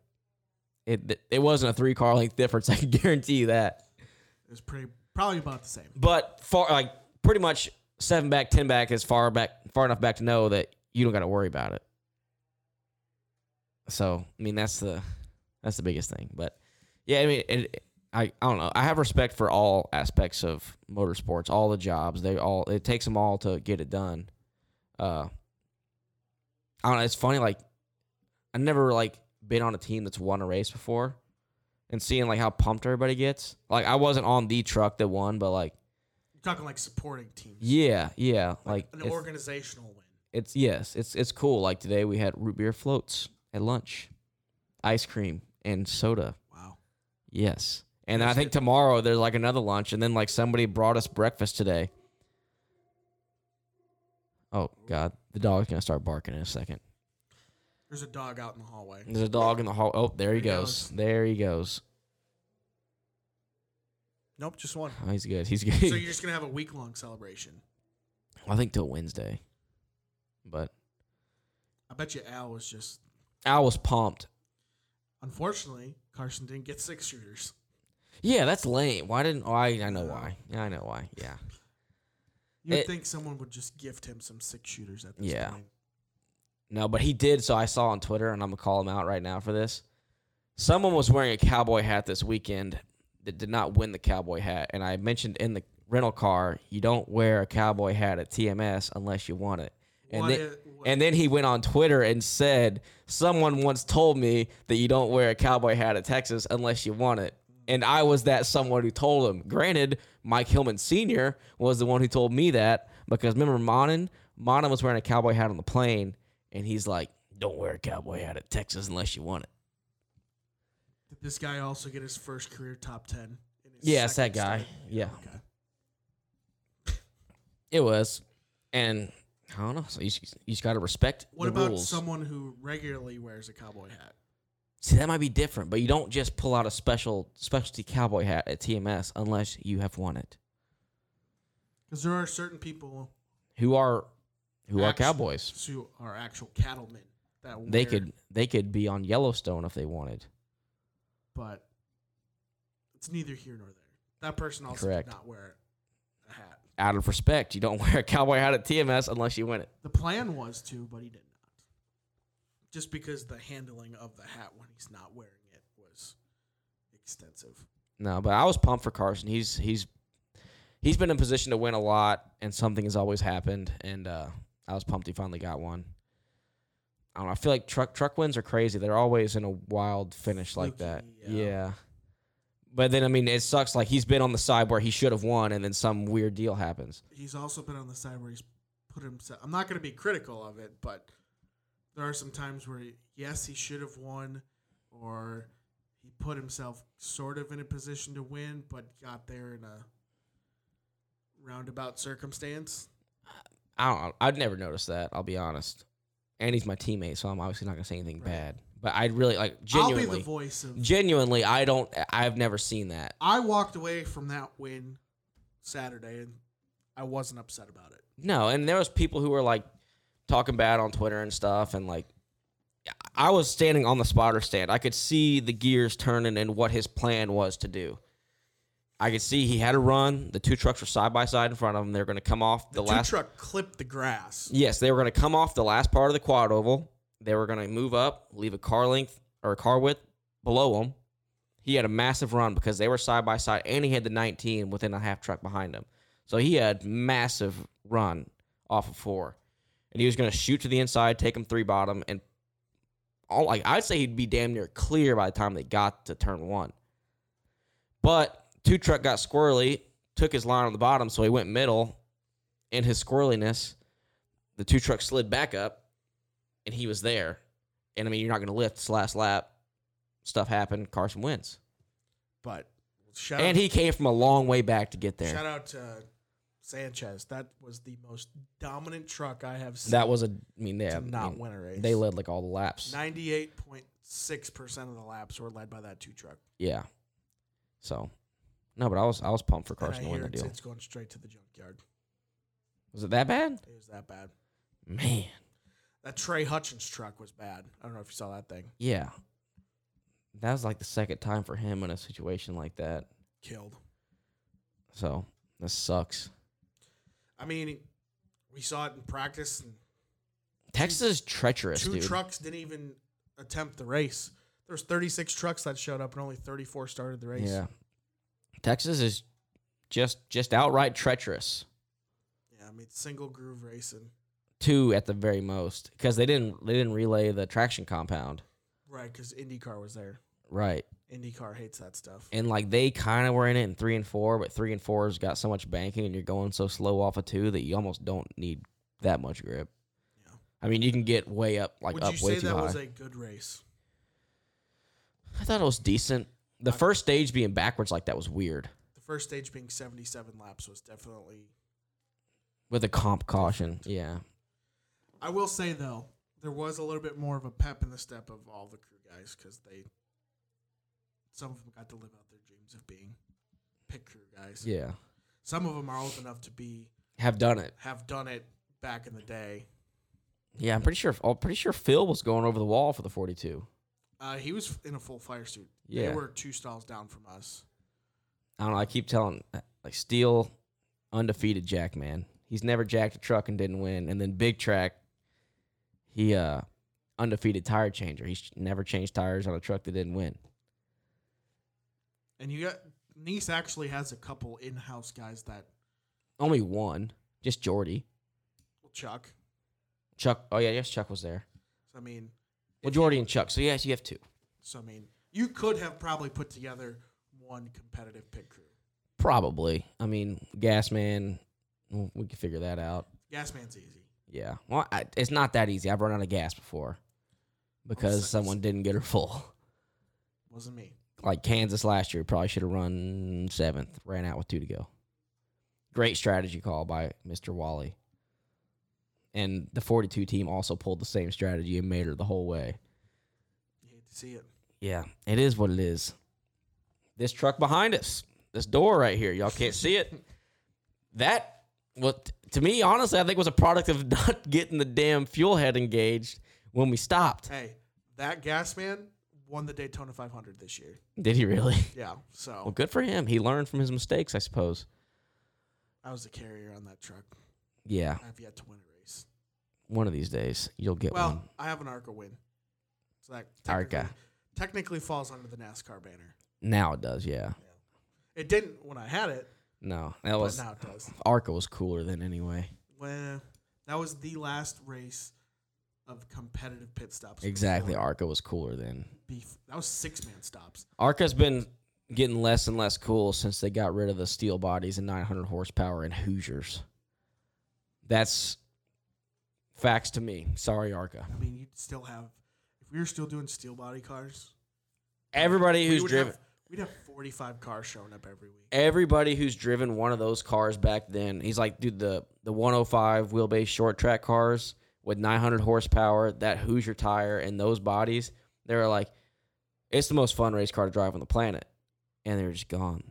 Speaker 3: it it wasn't a three car length difference. I can guarantee you that.
Speaker 2: it was pretty probably about the same.
Speaker 3: But far like pretty much seven back, ten back is far back, far enough back to know that you don't got to worry about it. So I mean that's the that's the biggest thing. But yeah, I mean it, I I don't know. I have respect for all aspects of motorsports, all the jobs. They all it takes them all to get it done. Uh, I don't know. It's funny like I never like been on a team that's won a race before. And seeing like how pumped everybody gets. Like I wasn't on the truck that won, but like
Speaker 2: You're talking like supporting teams.
Speaker 3: yeah, yeah. Like
Speaker 2: an
Speaker 3: it's,
Speaker 2: organizational win.
Speaker 3: it's yes, it's it's cool. Like today we had root beer floats at lunch, ice cream and soda.
Speaker 2: Wow.
Speaker 3: Yes. And then I think tomorrow there's like another lunch, and then like somebody brought us breakfast today. Oh God, the dog's gonna start barking in a second.
Speaker 2: There's a dog out in the hallway.
Speaker 3: There's a dog in the hall. Oh, there he
Speaker 2: There he
Speaker 3: goes.
Speaker 2: goes.
Speaker 3: There he goes.
Speaker 2: Nope, just one.
Speaker 3: Oh, he's good. He's good.
Speaker 2: so you're just gonna have a week long celebration.
Speaker 3: I think till Wednesday, but
Speaker 2: I bet you Al was just
Speaker 3: I was pumped.
Speaker 2: unfortunately Carson didn't get six shooters.
Speaker 3: Yeah, that's lame. Why didn't? Oh, I I know why. Yeah, I know why. Yeah.
Speaker 2: You'd
Speaker 3: It-
Speaker 2: think someone would just gift him some six shooters at this
Speaker 3: Yeah.
Speaker 2: point.
Speaker 3: No, but he did. So I saw on Twitter, and I'm gonna call him out right now for this. Someone was wearing a cowboy hat this weekend that did not win the cowboy hat, and I mentioned in the rental car, you don't wear a cowboy hat at TMS unless you want it. And
Speaker 2: What
Speaker 3: then,
Speaker 2: i- what-
Speaker 3: and then he went on Twitter and said, "Someone once told me that you don't wear a cowboy hat at Texas unless you want it." And I was that someone who told him. Granted, Mike Hillman Sr. was the one who told me that because remember Monin? Monin was wearing a cowboy hat on the plane, and he's like, "Don't wear a cowboy hat at Texas unless you want it."
Speaker 2: Did this guy also get his first career top ten? In his
Speaker 3: Yeah, it's that
Speaker 2: second
Speaker 3: guy.
Speaker 2: start?
Speaker 3: Yeah,
Speaker 2: Okay.
Speaker 3: it was, and I don't know. So you just, you just got to respect
Speaker 2: What
Speaker 3: the
Speaker 2: about
Speaker 3: rules.
Speaker 2: someone who regularly wears a cowboy hat?
Speaker 3: See, that might be different, but you don't just pull out a special specialty cowboy hat at TMS unless you have won it.
Speaker 2: Because there are certain people
Speaker 3: Who are who are
Speaker 2: Actually-
Speaker 3: cowboys?
Speaker 2: who are actual cattlemen that wear,
Speaker 3: They could they could be on Yellowstone if they wanted.
Speaker 2: but it's neither here nor there. That person also
Speaker 3: Correct.
Speaker 2: did not wear a hat.
Speaker 3: Out of respect, you don't wear a cowboy hat at TMS unless you win it.
Speaker 2: The plan was to, but he did not. Just because the handling of the hat when he's not wearing it was extensive.
Speaker 3: No, but I was pumped for Carson. He's he's he's been in position to win a lot, and something has always happened. And uh, I was pumped he finally got one. I don't know. I feel like truck truck wins are crazy. They're always in a wild finish like that.
Speaker 2: Fluky,
Speaker 3: Yeah.
Speaker 2: yeah.
Speaker 3: But then I mean, it sucks. Like he's been on the side where he should have won, and then some weird deal happens.
Speaker 2: He's also been on the side where he's put himself. I'm not going to be critical of it, but there are some times where, yes, he should have won, or he put himself sort of in a position to win, but got there in a roundabout circumstance.
Speaker 3: I don't. know. I'd never noticed that. I'll be honest. And he's my teammate, so I'm obviously not gonna say anything
Speaker 2: Right.
Speaker 3: bad. But I really like genuinely.
Speaker 2: I'll be the voice of.
Speaker 3: genuinely, I don't. I've never seen that.
Speaker 2: I walked away from that win Saturday, and I wasn't upset about it.
Speaker 3: No, and there was people who were like talking bad on Twitter and stuff, and like I was standing on the spotter stand. I could see the gears turning and what his plan was to do. I could see he had a run. The two trucks were side by side in front of him. They're going to come off the,
Speaker 2: The
Speaker 3: last.
Speaker 2: two truck clipped the grass.
Speaker 3: yes, they were going to come off the last part of the quad oval. They were going to move up, leave a car length or a car width below him. He had a massive run because they were side by side, and he had the 19 within a half truck behind him. So he had massive run off of four, and he was going to shoot to the inside, take him three bottom, and all like I'd say he'd be damn near clear by the time they got to turn one. But two truck got squirrely, took his line on the bottom, so he went middle. In his squirreliness, the two truck slid back up, and he was there. And I mean, you're not going to lift. It's last lap, stuff happened. Carson wins,
Speaker 2: But shout
Speaker 3: and
Speaker 2: out,
Speaker 3: he came from a long way back to get
Speaker 2: shout
Speaker 3: there.
Speaker 2: out to Sanchez. That was the most dominant truck I have seen
Speaker 3: That was a. I mean, yeah,
Speaker 2: to
Speaker 3: I
Speaker 2: not
Speaker 3: mean,
Speaker 2: win a race.
Speaker 3: they led like all the laps.
Speaker 2: ninety-eight point six percent of the laps were led by that two truck.
Speaker 3: Yeah. So, no, but I was I was pumped for
Speaker 2: And
Speaker 3: Carson
Speaker 2: I
Speaker 3: to win
Speaker 2: hear
Speaker 3: the
Speaker 2: it's,
Speaker 3: deal.
Speaker 2: it's going straight to the junkyard.
Speaker 3: Was it that bad?
Speaker 2: It was that bad.
Speaker 3: Man.
Speaker 2: That Trey Hutchins truck was bad. I don't know if you saw that thing.
Speaker 3: Yeah. That was like the second time for him in a situation like that.
Speaker 2: Killed.
Speaker 3: So this sucks.
Speaker 2: I mean, we saw it in practice. And
Speaker 3: Texas is treacherous,
Speaker 2: two
Speaker 3: dude.
Speaker 2: trucks didn't even attempt the race. There was 36 trucks that showed up, and only 34 started the race.
Speaker 3: yeah. Texas is just just outright treacherous.
Speaker 2: Yeah, I mean, single groove racing.
Speaker 3: Two at the very most, because they didn't they didn't relay the traction compound
Speaker 2: Right, because IndyCar was there.
Speaker 3: right,
Speaker 2: IndyCar hates that stuff.
Speaker 3: and like they kind of were in it in three and four, but three and four's got so much banking, and you're going so slow off of two that you almost don't need that much grip.
Speaker 2: Yeah.
Speaker 3: I mean, you can get way up, like
Speaker 2: Would
Speaker 3: up
Speaker 2: you
Speaker 3: way
Speaker 2: say
Speaker 3: too
Speaker 2: that
Speaker 3: high.
Speaker 2: was a good race?
Speaker 3: I thought it was decent. The
Speaker 2: I-
Speaker 3: first stage being backwards like that was weird
Speaker 2: The first stage being 77 laps was definitely.
Speaker 3: with a comp caution. Yeah.
Speaker 2: I will say, though, there was a little bit more of a pep in the step of all the crew guys because they. Some of them got to live out their dreams of being pit crew guys.
Speaker 3: Yeah.
Speaker 2: Some of them are old enough to be
Speaker 3: Have done it.
Speaker 2: have done it back in the day.
Speaker 3: Yeah, I'm pretty sure. I'm pretty sure Phil was going over the wall for the 42.
Speaker 2: Uh, he was in a full fire suit.
Speaker 3: Yeah.
Speaker 2: They were two stalls down from us.
Speaker 3: I don't know. I keep telling like Steele, undefeated Jack man. He's never jacked a truck and didn't win. And then Big Track, he uh undefeated tire changer. He's never changed tires on a truck that didn't win.
Speaker 2: And you got Nice actually has a couple in house guys that
Speaker 3: Only one, just Jordy.
Speaker 2: well, Chuck.
Speaker 3: Chuck. Oh yeah, yes, Chuck was there.
Speaker 2: So I mean,
Speaker 3: Well, Jordy and Chuck. So yes, you have two.
Speaker 2: so I mean, you could have probably put together one competitive pit crew.
Speaker 3: Probably. I mean, gas man. w- We can figure that out.
Speaker 2: Gasman's easy.
Speaker 3: Yeah. Well, I, it's not that easy. I've run out of gas before because
Speaker 2: s-
Speaker 3: someone didn't get her full.
Speaker 2: Wasn't me.
Speaker 3: Like Kansas last year, probably should have run seventh. Ran out with two to go. Great strategy call by Mr. Wally. And the 42 team also pulled the same strategy and made her the whole way.
Speaker 2: You hate to see it.
Speaker 3: Yeah, it is what it is. This truck behind us, this door right here, y'all can't see it. That what to me, honestly, I think was a product of not getting the damn fuel head engaged when we stopped.
Speaker 2: Hey, that Gasman won the Daytona 500 this year.
Speaker 3: Did he really?
Speaker 2: Yeah.
Speaker 3: Well,
Speaker 2: So
Speaker 3: good for him. He learned from his mistakes, I suppose.
Speaker 2: I was the carrier on that truck.
Speaker 3: Yeah,
Speaker 2: I have yet to win a race.
Speaker 3: one of these days you'll get one.
Speaker 2: Well, I have an ARCA win. So that
Speaker 3: ARCA.
Speaker 2: technically- technically falls under the NASCAR banner.
Speaker 3: Now it does, yeah.
Speaker 2: It didn't when I had it,
Speaker 3: No, that was
Speaker 2: but now it does.
Speaker 3: Arca was cooler than anyway.
Speaker 2: Well, that was the last race of competitive pit stops.
Speaker 3: Exactly,
Speaker 2: before
Speaker 3: Arca was cooler than
Speaker 2: beef. That was six man stops.
Speaker 3: Arca's been getting less and less cool since they got rid of the steel bodies and 900 horsepower and Hoosiers. That's facts to me. Sorry, Arca.
Speaker 2: I mean, you'd still have if we were still doing steel body cars.
Speaker 3: Everybody
Speaker 2: we
Speaker 3: who's
Speaker 2: would
Speaker 3: driven
Speaker 2: Have, we'd have forty five cars showing up every week.
Speaker 3: everybody who's driven one of those cars back then, he's like, dude, the the 105 wheelbase short track cars with 900 horsepower, that Hoosier tire, and those bodies, they were like, it's the most fun race car to drive on the planet, and they're just gone.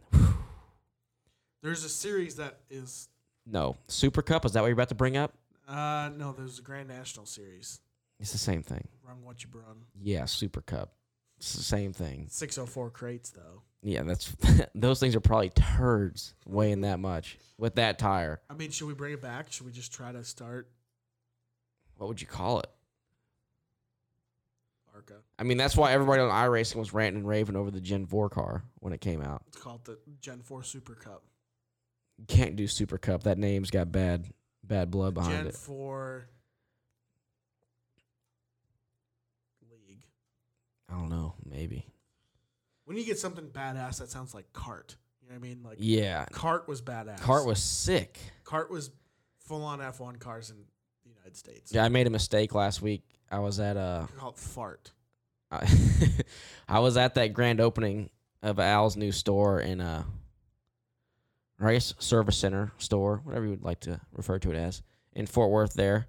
Speaker 2: There's a series that is
Speaker 3: No, Super Cup is that what you're about to bring up?
Speaker 2: uh no, there's a Grand National series.
Speaker 3: It's the same thing.
Speaker 2: Run what you brung.
Speaker 3: Yeah, Super Cup. It's the same thing.
Speaker 2: Six oh four crates though.
Speaker 3: Yeah, that's those things are probably turds weighing that much with that tire.
Speaker 2: I mean, should we bring it back? Should we just try to start
Speaker 3: What would you call it?
Speaker 2: ARCA?
Speaker 3: I mean, that's why everybody on iRacing was ranting and raving over the Gen 4 car when it came out.
Speaker 2: It's called the Gen Four Super Cup.
Speaker 3: You can't do Super Cup. That name's got bad bad blood behind
Speaker 2: Gen
Speaker 3: it.
Speaker 2: Four League.
Speaker 3: I don't know, maybe.
Speaker 2: When you get something badass that sounds like Cart, you know what I mean? Like
Speaker 3: Yeah.
Speaker 2: Cart was badass.
Speaker 3: Cart was sick.
Speaker 2: Cart was full on F one cars in the United States.
Speaker 3: Yeah, I made a mistake last week. I was at uh
Speaker 2: Call it Fart.
Speaker 3: I, I was at that grand opening of Al's new store in uh or I guess service center store, whatever you would like to refer to it as, in Fort Worth there.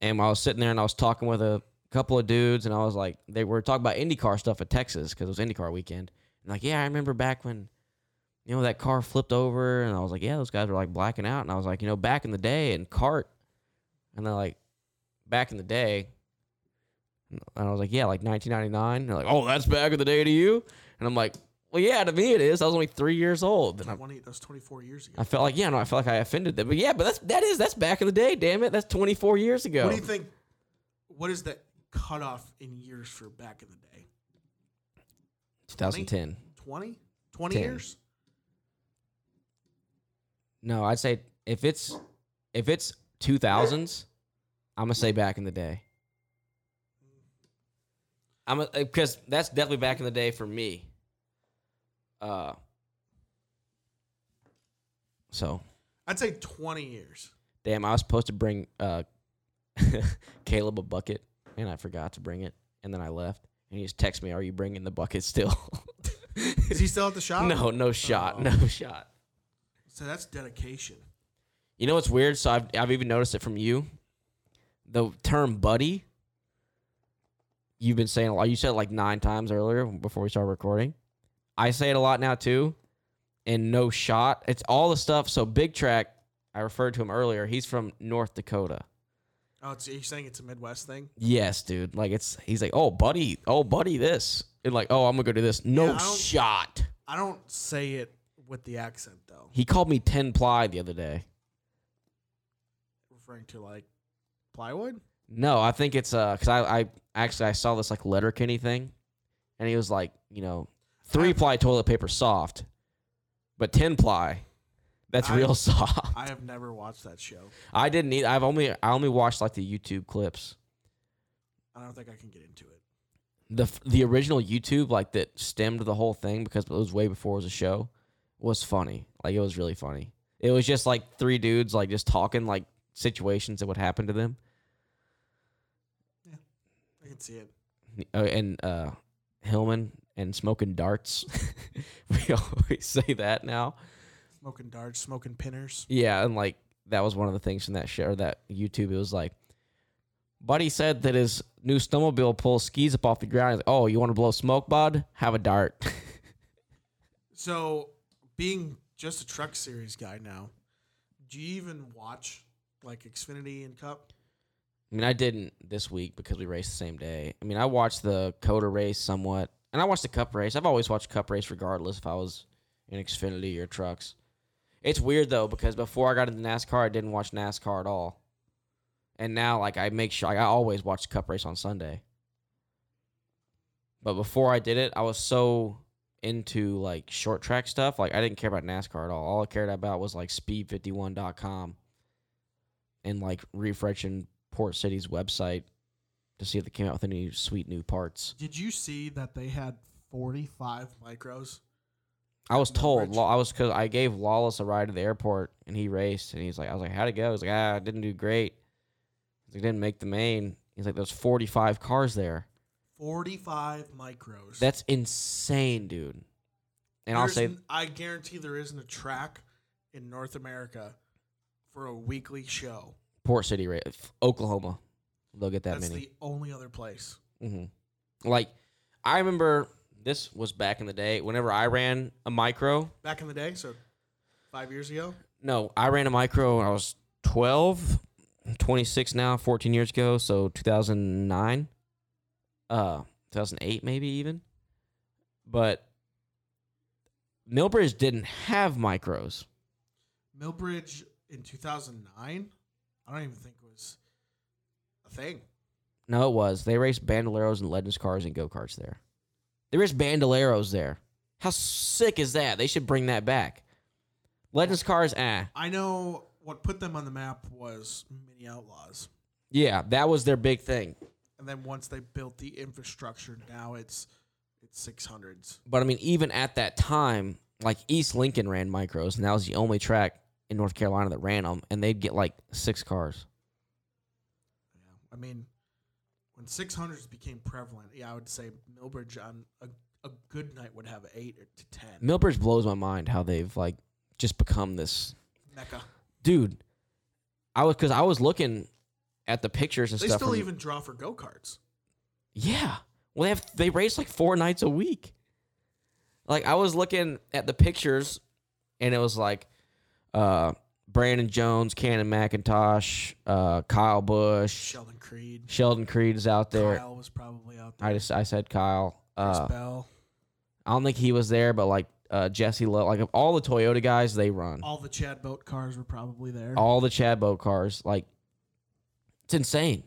Speaker 3: And I was sitting there and I was talking with a couple of dudes, and I was like, they were talking about IndyCar stuff at Texas because it was IndyCar weekend. And like, yeah, I remember back when, you know, that car flipped over, and I was like, yeah, those guys were like blacking out, and I was like, you know, back in the day and cart, and they're like, back in the day, and I was like, yeah, like 1999. They're like, oh, that's back in the day to you, and I'm like, well, yeah, to me it is. I was only three years old, and I'm,
Speaker 2: 20, that was 24 years ago.
Speaker 3: I felt like, yeah, no, I felt like I offended them, but yeah, but that's that is that's back in the day, damn it, that's 24 years ago.
Speaker 2: What do you think? What is that cutoff in years for back in the day?
Speaker 3: 2010.
Speaker 2: 20? 20
Speaker 3: Ten.
Speaker 2: years?
Speaker 3: No, I'd say if it's if it's two thousands, I'm gonna say back in the day. I'm because uh, that's definitely back in the day for me. Uh, so
Speaker 2: I'd say 20 years.
Speaker 3: damn, I was supposed to bring uh Caleb a bucket, and I forgot to bring it, and then I left, and he just texted me, "Are you bringing the bucket still?"
Speaker 2: Is he still at the shop?
Speaker 3: no, no shot,
Speaker 2: Oh.
Speaker 3: no shot.
Speaker 2: So that's dedication.
Speaker 3: You know what's weird? So I've I've even noticed it from you. The term buddy. You've been saying a lot. You said it like nine times earlier before we started recording. I say it a lot now too. And no shot. It's all the stuff. So Big Track, I referred to him earlier. He's from North Dakota.
Speaker 2: Oh, it's, you're saying it's a Midwest thing?
Speaker 3: Yes, dude. Like it's he's like, oh buddy, oh buddy, this. And like, oh, I'm gonna go do this. No
Speaker 2: Yeah, I don't-
Speaker 3: shot.
Speaker 2: I don't say it with the accent, though.
Speaker 3: He called me ten ply the other day.
Speaker 2: Referring to like plywood?
Speaker 3: No, I think it's uh, cause I, I actually I saw this like letter Kenny thing, and he was like, you know, three ply toilet paper soft, but ten ply, that's
Speaker 2: I-
Speaker 3: real soft.
Speaker 2: I have never watched that show.
Speaker 3: I didn't need. I've only I only watched like the YouTube clips,
Speaker 2: I don't think I can get into it.
Speaker 3: the f- the original YouTube like that stemmed the whole thing because it was way before it was a show, was funny. Like it was really funny. It was just like three dudes like just talking like situations that would happen to them.
Speaker 2: I can see it.
Speaker 3: uh, and uh, Hillman and smoking darts. we always say that now.
Speaker 2: Smoking darts, smoking pinners.
Speaker 3: Yeah, and like that was one of the things from that show or that YouTube. It was like, Buddy said that his new snowmobile pulls skis up off the ground. He's like, oh, you want to blow smoke, bud? Have a dart.
Speaker 2: So, being just a truck series guy now, do you even watch like Xfinity and Cup?
Speaker 3: I mean, I didn't this week because we raced the same day. I mean, I watched the Coda race somewhat, and I watched the Cup race. I've always watched Cup race regardless if I was in Xfinity or trucks. It's weird though because before I got into NASCAR, I didn't watch NASCAR at all, and now like I make sure like, I always watch the Cup race on Sunday. But before I did it, I was so into like short track stuff. Like I didn't care about NASCAR at all. All I cared about was like speed51.com and like refreshing Port City's website to see if they came out with any sweet new parts.
Speaker 2: Did you see that they had 45 micros?
Speaker 3: I was
Speaker 2: No
Speaker 3: told
Speaker 2: bridge.
Speaker 3: Law- I was because I gave Lawless a ride to the airport and he raced and he's like I was like how'd it go? He's like ah I didn't do great. He's like didn't make the main. He's like there's 45 cars there.
Speaker 2: 45 micros.
Speaker 3: That's insane, dude. And I'll
Speaker 2: There's
Speaker 3: say
Speaker 2: n- I guarantee there isn't a track in North America for a weekly show.
Speaker 3: Port City, ra- f- Oklahoma. They'll get that
Speaker 2: That's
Speaker 3: many.
Speaker 2: the only other place.
Speaker 3: mm-hmm. Like I remember this was back in the day. Whenever I ran a micro,
Speaker 2: Back in the day, so five years ago,
Speaker 3: no, I ran a micro when I was 12, I'm 26 now, 14 years ago, so 2009, uh, 2008 maybe even. But Millbridge didn't have micros.
Speaker 2: Millbridge in 2009, I don't even think was a thing.
Speaker 3: No, it was. They raced bandoleros and legends cars and go karts there. They raced bandoleros there. How sick is that? They should bring that back. Legends cars, eh.
Speaker 2: I know what put them on the map was Mini Outlaws.
Speaker 3: Yeah, that was their big thing.
Speaker 2: And then once they built the infrastructure, now it's it's 600s.
Speaker 3: But I mean, even at that time, like East Lincoln ran micros, and that was the only track in North Carolina that ran them, and they'd get like six cars.
Speaker 2: Yeah. I mean, when 600s became prevalent, yeah, I would say Millbridge on a, a good night would have eight or to 10.
Speaker 3: Millbridge blows my mind how they've like just become this
Speaker 2: Mecca.
Speaker 3: dude. I was because I was looking at the pictures and
Speaker 2: They
Speaker 3: stuff.
Speaker 2: still
Speaker 3: from-
Speaker 2: even draw for go karts.
Speaker 3: Yeah. Well, they have they race like four nights a week. Like I was looking at the pictures, and it was like, uh, Brandon Jones, Cannon McIntosh, uh, Kyle Bush,
Speaker 2: Sheldon Creed.
Speaker 3: Sheldon Creed is out there.
Speaker 2: Kyle was probably out there.
Speaker 3: I just I said Kyle.
Speaker 2: Chris
Speaker 3: Uh,
Speaker 2: Bell.
Speaker 3: I don't think he was there, but like uh, Jesse, Lo- like of all the Toyota guys, they run
Speaker 2: All the Chad Boat cars were probably there.
Speaker 3: all the Chad Boat cars. Like it's insane.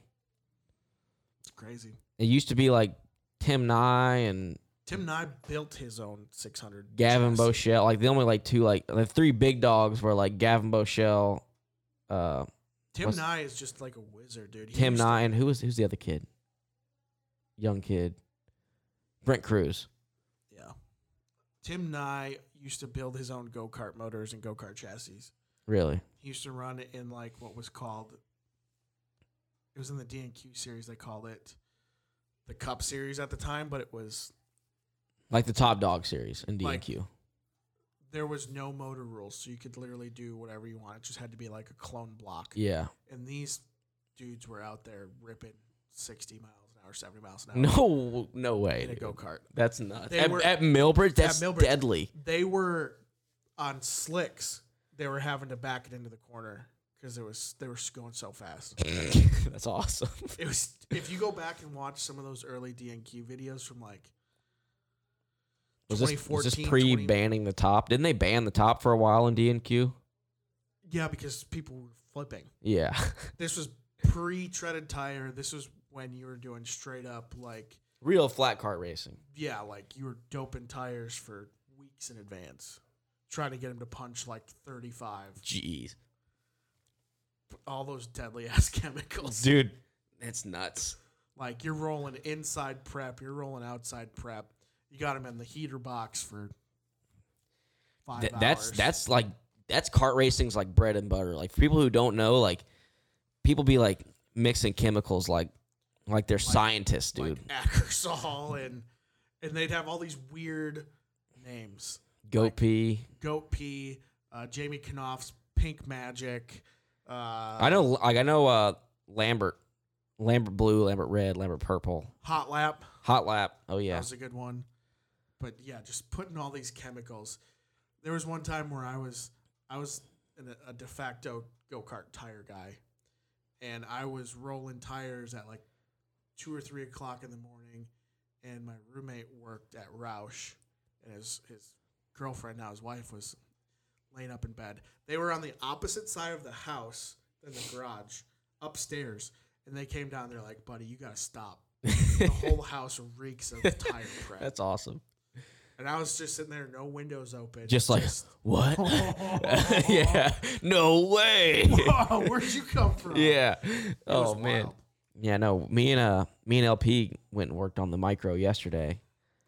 Speaker 2: It's crazy.
Speaker 3: It used to be like Tim Nye and
Speaker 2: Tim Nye built his own 600.
Speaker 3: Gavin
Speaker 2: chassis.
Speaker 3: Bochelle. Like the only like two like the three big dogs were like Gavin Bochelle, uh,
Speaker 2: Tim
Speaker 3: was-
Speaker 2: Nye is just like a wizard, dude. He
Speaker 3: Tim
Speaker 2: used to-
Speaker 3: Nye, and who was who's the other kid? Young kid, Brent Cruz.
Speaker 2: Yeah. Tim Nye used to build his own go kart motors and go kart chassis.
Speaker 3: Really?
Speaker 2: He used to run it in like what was called. It was in the DNQ series. They called it the Cup series at the time, but it was
Speaker 3: Like the top dog series in
Speaker 2: Like-
Speaker 3: DQ.
Speaker 2: there was no motor rules, so you could literally do whatever you want. It just had to be like a clone block.
Speaker 3: Yeah.
Speaker 2: And these dudes were out there ripping sixty miles an hour, seventy miles an hour
Speaker 3: No no way.
Speaker 2: in a
Speaker 3: dude.
Speaker 2: go kart.
Speaker 3: That's nuts.
Speaker 2: They
Speaker 3: At,
Speaker 2: were-
Speaker 3: at Millbridge, that's
Speaker 2: Millbridge.
Speaker 3: deadly.
Speaker 2: they were on slicks. They were having to back it into the corner because it was they were going so fast.
Speaker 3: that's awesome.
Speaker 2: It was if you go back and watch some of those early DNQ videos from like
Speaker 3: Was this, was this
Speaker 2: 2014,
Speaker 3: pre
Speaker 2: 20
Speaker 3: banning the top? Didn't they ban the top for a while in DNQ?
Speaker 2: yeah, because people were flipping.
Speaker 3: Yeah.
Speaker 2: This was pre treaded tire. This was when you were doing straight up like
Speaker 3: Real flat cart racing.
Speaker 2: yeah, like you were doping tires for weeks in advance, trying to get them to punch like thirty five.
Speaker 3: Jeez.
Speaker 2: All those deadly ass chemicals.
Speaker 3: Dude, that's nuts.
Speaker 2: Like you're rolling inside prep, you're rolling outside prep. You got him in the heater box for five
Speaker 3: Th-
Speaker 2: hours.
Speaker 3: that's that's like that's kart racing's like bread and butter. Like for people who don't know, like people be like mixing chemicals like like they're scientists, dude.
Speaker 2: like Ackersall and and they'd have all these weird names:
Speaker 3: Goat pee.
Speaker 2: Goat Pea, uh, Jamie Knopf's Pink Magic. Uh,
Speaker 3: I know like I know uh Lambert. Lambert blue, Lambert red, Lambert purple.
Speaker 2: Hot Lap.
Speaker 3: Hot lap. Oh yeah.
Speaker 2: That was a good one. But yeah, just putting all these chemicals. There was one time where I was I was an, a de facto go kart tire guy, and I was rolling tires at like two or three o'clock in the morning, and my roommate worked at Roush, and his his girlfriend now his wife was laying up in bed. They were on the opposite side of the house than the garage, upstairs, and they came down. They're like, "Buddy, you gotta stop." the whole house reeks of tire prep.
Speaker 3: That's awesome.
Speaker 2: and I was just sitting there, no windows open.
Speaker 3: Just like what? yeah. No way.
Speaker 2: Whoa, where'd you come from?
Speaker 3: yeah.
Speaker 2: It was
Speaker 3: Oh man.
Speaker 2: wild.
Speaker 3: Yeah. No. Me and uh, me and LP went and worked on the micro yesterday.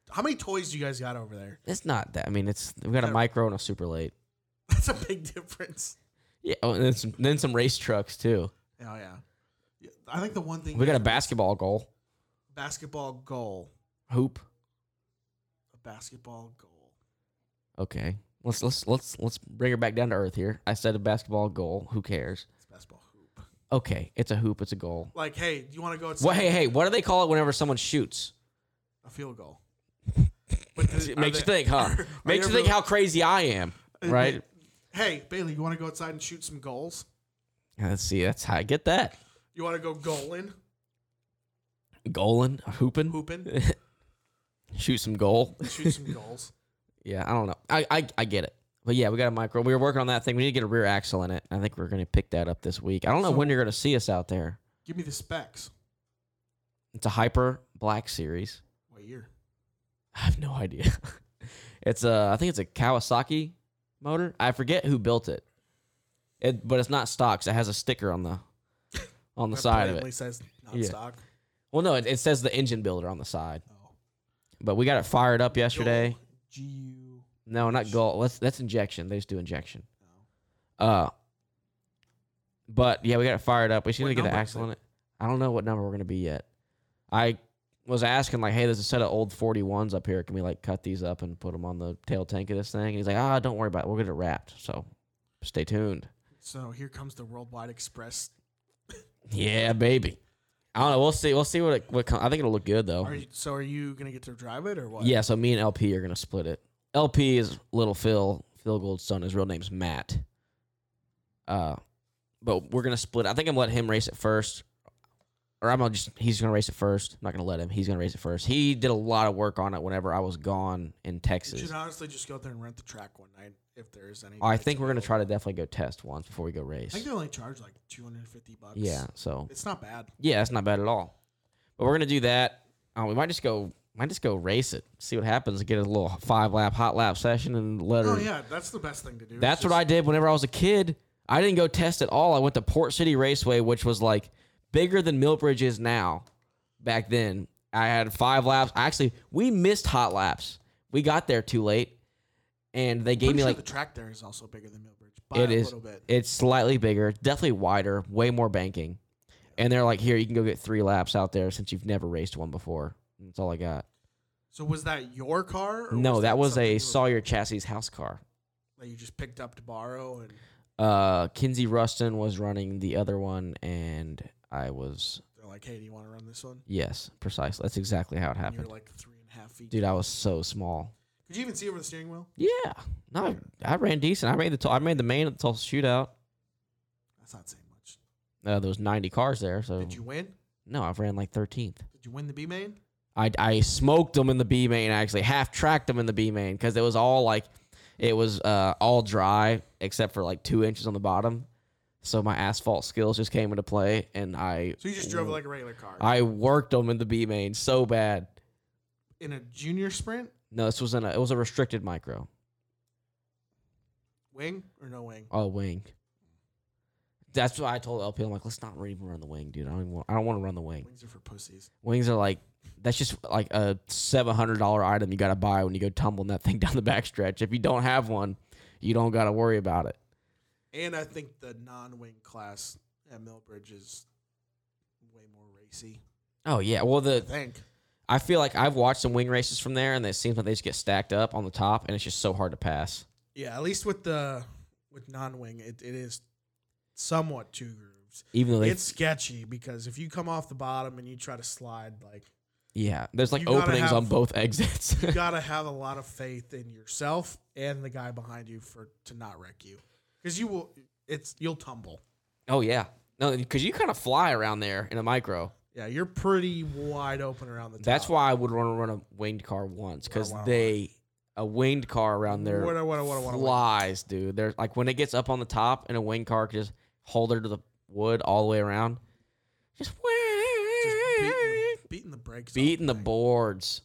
Speaker 2: How many toys do you guys got over there?
Speaker 3: It's not that. I mean, it's we got a micro and a super late.
Speaker 2: That's a big difference.
Speaker 3: Yeah. Oh, and then some then some race trucks too.
Speaker 2: Oh yeah. Yeah, I think the one thing
Speaker 3: We got a basketball goal
Speaker 2: basketball goal,
Speaker 3: hoop.
Speaker 2: a basketball goal.
Speaker 3: Okay. Let's let's let's let's bring her back down to earth here. I said a basketball goal. Who cares?
Speaker 2: It's basketball hoop.
Speaker 3: Okay. It's a hoop. It's a goal.
Speaker 2: Like, hey, do you want to go outside?
Speaker 3: Well, hey, hey, what do they call it whenever someone shoots?
Speaker 2: A field goal. But does-
Speaker 3: It
Speaker 2: are
Speaker 3: makes you
Speaker 2: they-
Speaker 3: think, huh?
Speaker 2: are- are
Speaker 3: Makes
Speaker 2: they
Speaker 3: you think
Speaker 2: really-
Speaker 3: how crazy I am, right?
Speaker 2: Hey, Bailey, you want to go outside and shoot some goals?
Speaker 3: Yeah, Let's see. That's how I get that.
Speaker 2: You want to go goaling,
Speaker 3: Goaling, hooping,
Speaker 2: hooping?
Speaker 3: shoot some goal.
Speaker 2: shoot some goals.
Speaker 3: Yeah, I don't know. I, I I get it. But yeah, we got a micro. We were working on that thing. We need to get a rear axle in it. I think we're going to pick that up this week. I don't know
Speaker 2: So-
Speaker 3: when you're going to see us out there.
Speaker 2: Give me the specs.
Speaker 3: It's a hyper black series.
Speaker 2: What year?
Speaker 3: I have no idea. it's a I think it's a Kawasaki motor. I forget who built it. It but it's not stocks. It has a sticker on the on the
Speaker 2: That
Speaker 3: side of
Speaker 2: plainly
Speaker 3: it.
Speaker 2: says not
Speaker 3: Yeah.
Speaker 2: stock.
Speaker 3: Well, no, it, it says the engine builder on the side.
Speaker 2: Oh.
Speaker 3: But we got it fired up yesterday.
Speaker 2: G U.
Speaker 3: No, not goal. That's that's injection. They just do injection.
Speaker 2: Oh.
Speaker 3: Uh, but yeah, we got it fired up. We should
Speaker 2: What
Speaker 3: get an
Speaker 2: number is
Speaker 3: axle
Speaker 2: it?
Speaker 3: on it. I don't know what number we're gonna be yet. I was asking like, hey, there's a set of old 41s up here. Can we like cut these up and put them on the tail tank of this thing? And he's like, ah, don't worry about it. We'll get it wrapped. So stay tuned.
Speaker 2: So here comes the Worldwide Express
Speaker 3: Yeah, baby. I don't know. We'll see. We'll see what it, what. Com- I think it'll look good though.
Speaker 2: Are you, so are you gonna get to drive it or what?
Speaker 3: Oh. yeah. So me and LP are gonna split it. LP is little Phil. Phil Goldstone. His real name's Matt. Uh, but we're gonna split. it. I think I'm gonna let him race it first, or I'm gonna just he's gonna race it first. I'm not gonna let him. He's gonna race it first. He did a lot of work on it whenever I was gone in
Speaker 2: You should
Speaker 3: Texas.
Speaker 2: honestly just go out there and rent the track one night if there is any.
Speaker 3: I
Speaker 2: nights
Speaker 3: think we're gonna
Speaker 2: available.
Speaker 3: try to definitely go test once before we go
Speaker 2: I think
Speaker 3: race.
Speaker 2: they only charge like two hundred and fifty bucks.
Speaker 3: Yeah. So
Speaker 2: it's not bad.
Speaker 3: Yeah, that's not bad at all. But we're gonna do that. Uh, we might just go, might just go race it, see what happens, get a little five lap, hot lap session, and let her.
Speaker 2: Oh yeah, that's the best thing to do.
Speaker 3: That's what I did whenever I was a kid. I didn't go test at all. I went to Port City Raceway, which was like bigger than Millbridge is now. Back then, I had five laps. Actually, we missed hot laps. We got there too late, and they gave
Speaker 2: Pretty
Speaker 3: me
Speaker 2: sure
Speaker 3: like
Speaker 2: the track there is also bigger than Millbridge. By
Speaker 3: It
Speaker 2: a
Speaker 3: is.
Speaker 2: little bit.
Speaker 3: it's slightly bigger, definitely wider, way more banking. And they're like, here, you can go get three laps out there since you've never raced one before. That's all I got.
Speaker 2: So was that your car? Or
Speaker 3: no, that was
Speaker 2: something you
Speaker 3: a
Speaker 2: were-
Speaker 3: Sawyer Chassis house car.
Speaker 2: that you just picked up to borrow and
Speaker 3: Uh, Kinsey Rustin was running the other one, and I was,
Speaker 2: they're like, hey, do you want to run this one?
Speaker 3: yes, precisely. That's exactly how
Speaker 2: And
Speaker 3: it
Speaker 2: you're
Speaker 3: happened.
Speaker 2: like three and a half feet.
Speaker 3: Dude, I was so small.
Speaker 2: Could you even see over the steering wheel?
Speaker 3: Yeah. No, I ran decent. I made the, t- I made the main at the Tulsa shootout.
Speaker 2: That's not saying much.
Speaker 3: Uh, there was 90 cars there, so.
Speaker 2: Did you win?
Speaker 3: no, I ran like 13th.
Speaker 2: Did you win the B main?
Speaker 3: I, I smoked them in the B main actually half tracked them in the B main because it was all like it was uh, all dry except for like two inches on the bottom, so my asphalt skills just came into play and I
Speaker 2: So you just drove like a regular car
Speaker 3: I worked them in the B main so bad.
Speaker 2: in a junior sprint,
Speaker 3: No, this was in a it was a restricted micro
Speaker 2: wing or no wing?
Speaker 3: a wing. That's why I told LP I'm like let's not even run the wing, dude. I don't even want, I don't want to run the wing.
Speaker 2: Wings are for pussies.
Speaker 3: Wings are like that's just like a seven hundred dollar item you gotta buy when you go tumbling that thing down the backstretch. If you don't have one, you don't gotta worry about it.
Speaker 2: And I think the non-wing class at Millbridge is way more racy.
Speaker 3: Oh yeah. Well
Speaker 2: I
Speaker 3: the
Speaker 2: think
Speaker 3: I feel like I've watched some wing races from there and it seems like they just get stacked up on the top and it's just so hard to pass.
Speaker 2: yeah, at least with the with non-wing, it, it is somewhat two grooves.
Speaker 3: Even though they
Speaker 2: It's sketchy because if you come off the bottom and you try to slide, like
Speaker 3: Yeah. There's like
Speaker 2: you gotta
Speaker 3: openings
Speaker 2: have-
Speaker 3: on both exits.
Speaker 2: you gotta have a lot of faith in yourself and the guy behind you for to not wreck you, because you will. It's you'll tumble.
Speaker 3: oh yeah. No, because you kind of fly around there in a micro.
Speaker 2: Yeah, you're pretty wide open around the. Top.
Speaker 3: That's why I would want to run a winged car once because
Speaker 2: Wow, wow, wow.
Speaker 3: they a winged car around there
Speaker 2: What, what, what, what, what?
Speaker 3: flies, dude. There's like when it gets up on the top and a wing car can just hold her to the wood all the way around, just,
Speaker 2: Just beating, beating the brakes. off
Speaker 3: beating the
Speaker 2: thing.
Speaker 3: boards.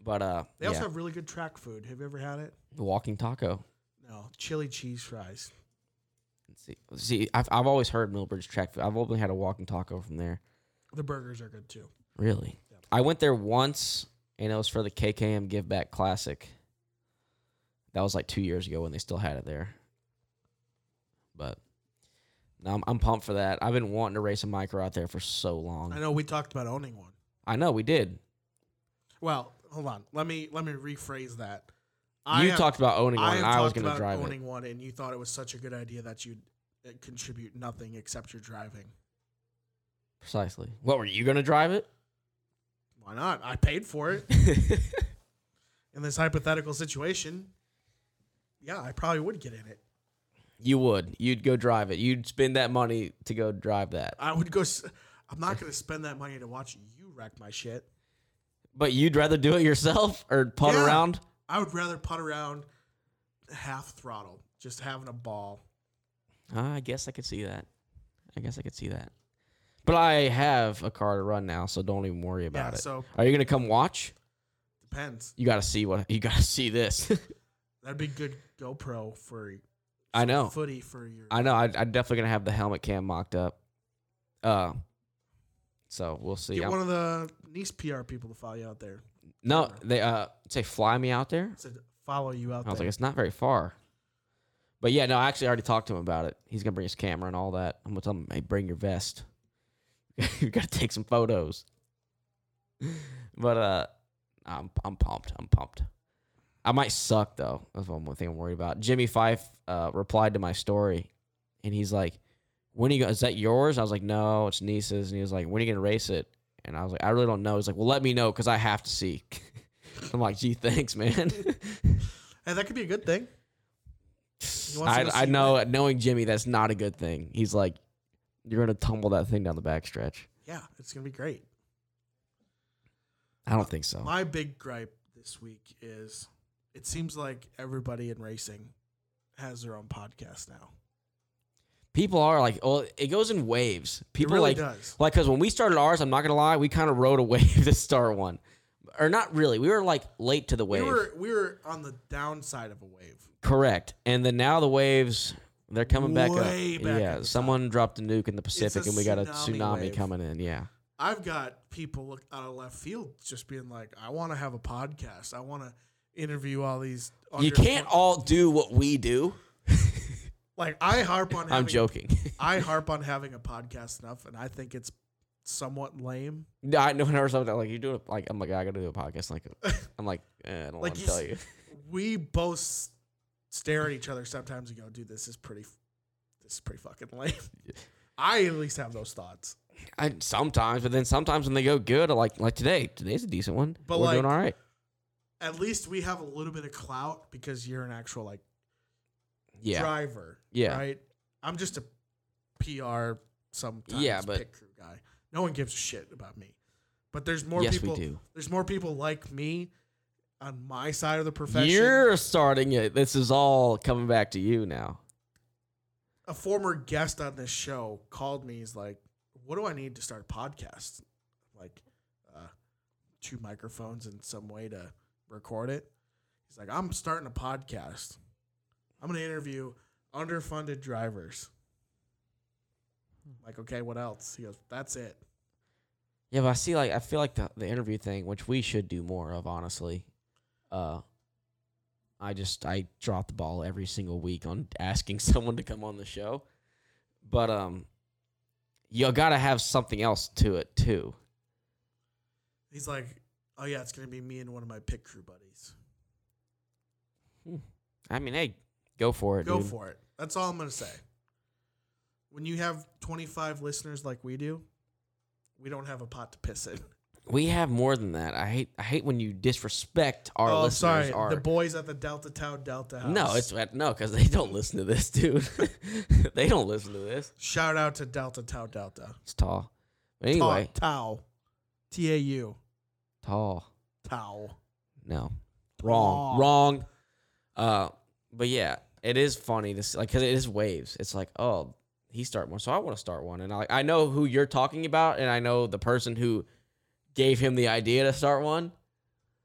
Speaker 3: But uh,
Speaker 2: They also
Speaker 3: yeah,
Speaker 2: have really good track food. Have you ever had it?
Speaker 3: the walking taco.
Speaker 2: No, chili cheese fries.
Speaker 3: Let's see, see, I've I've always heard Millbridge track. food. I've only had a walking taco from there.
Speaker 2: The burgers are good too.
Speaker 3: Really, I went there once and it was for the KKM Give Back Classic. That was like two years ago when they still had it there. But no, I'm, I'm pumped for that. I've been wanting to race a micro out there for so long.
Speaker 2: I know we talked about owning one.
Speaker 3: I know we did.
Speaker 2: Well, hold on. Let me let me rephrase that.
Speaker 3: you
Speaker 2: have-
Speaker 3: talked about owning one,
Speaker 2: I,
Speaker 3: and
Speaker 2: have
Speaker 3: I was
Speaker 2: talked
Speaker 3: going to
Speaker 2: about
Speaker 3: drive
Speaker 2: owning
Speaker 3: it.
Speaker 2: one, and you thought it was such a good idea that you'd uh, contribute nothing except your driving.
Speaker 3: Precisely. What were you going to drive it?
Speaker 2: Why not? I paid for it in this hypothetical situation. Yeah, I probably would get in it.
Speaker 3: you would. You'd go drive it. You'd spend that money to go drive that.
Speaker 2: I would go. s- I'm not going to spend that money to watch you wreck my shit.
Speaker 3: But you'd rather do it yourself or putt
Speaker 2: Yeah.
Speaker 3: around?
Speaker 2: I would rather putt around half throttle, just having a ball.
Speaker 3: Uh, I guess I could see that. I guess I could see that. But I have a car to run now, so don't even worry about
Speaker 2: yeah,
Speaker 3: it.
Speaker 2: so
Speaker 3: Are you going to come watch?
Speaker 2: depends.
Speaker 3: You got to see what you got to see this.
Speaker 2: That'd be good GoPro for.
Speaker 3: I know.
Speaker 2: Footy for your.
Speaker 3: I know. I, I'm definitely going to have the helmet cam mocked up. Uh, so we'll see.
Speaker 2: get
Speaker 3: I'm-
Speaker 2: one of the nice PR people to follow you out there.
Speaker 3: No,
Speaker 2: Camera.
Speaker 3: they uh say fly me out there.
Speaker 2: I said follow you out
Speaker 3: I was
Speaker 2: there.
Speaker 3: like, it's not very far. But yeah, no, I actually already talked to him about it. He's gonna bring his camera and all that. I'm gonna tell him, hey, bring your vest. you gotta take some photos. But uh I'm I'm pumped. I'm pumped. I might suck though. That's one more thing I'm worried about. Jimmy Fife uh, replied to my story and he's like, when are you go- is that yours? I was like, no, it's niece's. And he was like, when are you gonna race it? And I was like, I really don't know. He's like, well, let me know because I have to see. I'm like, gee, thanks, man.
Speaker 2: Hey, that could be a good thing. wants you
Speaker 3: I,
Speaker 2: to
Speaker 3: I
Speaker 2: see
Speaker 3: know, knowing Jimmy, that's not a good thing. He's like, you're gonna tumble that thing down the backstretch.
Speaker 2: Yeah, it's gonna be great.
Speaker 3: I don't think so.
Speaker 2: My big gripe this week is it seems like everybody in racing has their own podcast now.
Speaker 3: People are like, well, it goes in waves.
Speaker 2: It
Speaker 3: People
Speaker 2: really
Speaker 3: like,
Speaker 2: does.
Speaker 3: Like, because when we started ours, I'm not gonna lie, we kind of rode a wave to start one, or not really. We were like late to the
Speaker 2: We
Speaker 3: wave,
Speaker 2: were we were on the downside of a wave.
Speaker 3: correct? And then now the waves they're coming back up.
Speaker 2: Way back
Speaker 3: yeah,
Speaker 2: up.
Speaker 3: someone dropped a nuke in the Pacific,
Speaker 2: a
Speaker 3: and we got a
Speaker 2: tsunami
Speaker 3: tsunami
Speaker 2: wave.
Speaker 3: coming in. Yeah,
Speaker 2: I've got people look out of left field just being like, I want to have a podcast. I want to interview all these.
Speaker 3: you
Speaker 2: under-
Speaker 3: can't all do what we do.
Speaker 2: like I harp on. Having,
Speaker 3: I'm joking.
Speaker 2: I harp on having a podcast enough, and I think it's somewhat lame.
Speaker 3: No, I know never something like you do. a- Like I'm like I gotta do a podcast. Like I'm like eh, I don't
Speaker 2: Like,
Speaker 3: want
Speaker 2: you
Speaker 3: to tell
Speaker 2: s-
Speaker 3: you.
Speaker 2: We both stare at each other sometimes and go, "Dude, this is pretty. This is pretty fucking lame." I at least have those thoughts.
Speaker 3: I, sometimes, but then sometimes when they go good, I like like today. Today's a decent one.
Speaker 2: But,
Speaker 3: But we're doing
Speaker 2: like,
Speaker 3: all right.
Speaker 2: At least we have a little bit of clout because you're an actual like
Speaker 3: Yeah.
Speaker 2: driver.
Speaker 3: Yeah.
Speaker 2: Right? I'm just a PR sometimes
Speaker 3: Yeah, but-
Speaker 2: pit crew guy. No one gives a shit about me. But there's more
Speaker 3: Yes,
Speaker 2: people
Speaker 3: we do.
Speaker 2: there's more people like me on my side of the profession.
Speaker 3: You're starting it. This is all coming back to you now.
Speaker 2: a former guest on this show called me. He's like, "What do I need to start a podcast? Like, uh, two microphones and some way to record it." He's like, "I'm starting a podcast. I'm going to interview underfunded drivers." I'm like, okay, what else? He goes, "That's it."
Speaker 3: Yeah, but I see like I feel like the, the interview thing, which we should do more of, honestly. Uh I just I drop the ball every single week on asking someone to come on the show. But um you gotta have something else to it too.
Speaker 2: He's like, "Oh yeah, it's going to be me and one of my pit crew buddies.
Speaker 3: I mean, hey, go for it.
Speaker 2: Go
Speaker 3: dude.
Speaker 2: for it." That's all I'm going to say. When you have 25 listeners like we do, we don't have a pot to piss in.
Speaker 3: We have more than that. I hate I hate when you disrespect our listeners. Our,
Speaker 2: Oh, the boys at the Delta Tau Delta House.
Speaker 3: no, it's uh, no, because they don't listen to this, dude. they don't listen to this.
Speaker 2: shout out to Delta Tau Delta.
Speaker 3: It's tall. But anyway,
Speaker 2: Tau, Tau, T A U,
Speaker 3: tall.
Speaker 2: Tau.
Speaker 3: No, wrong,
Speaker 2: Tall.
Speaker 3: wrong. Uh, but yeah, it is funny. This like because it is waves. It's like oh, he start one, so I want to start one, and I I know who you're talking about, and I know the person who gave him the idea to start one.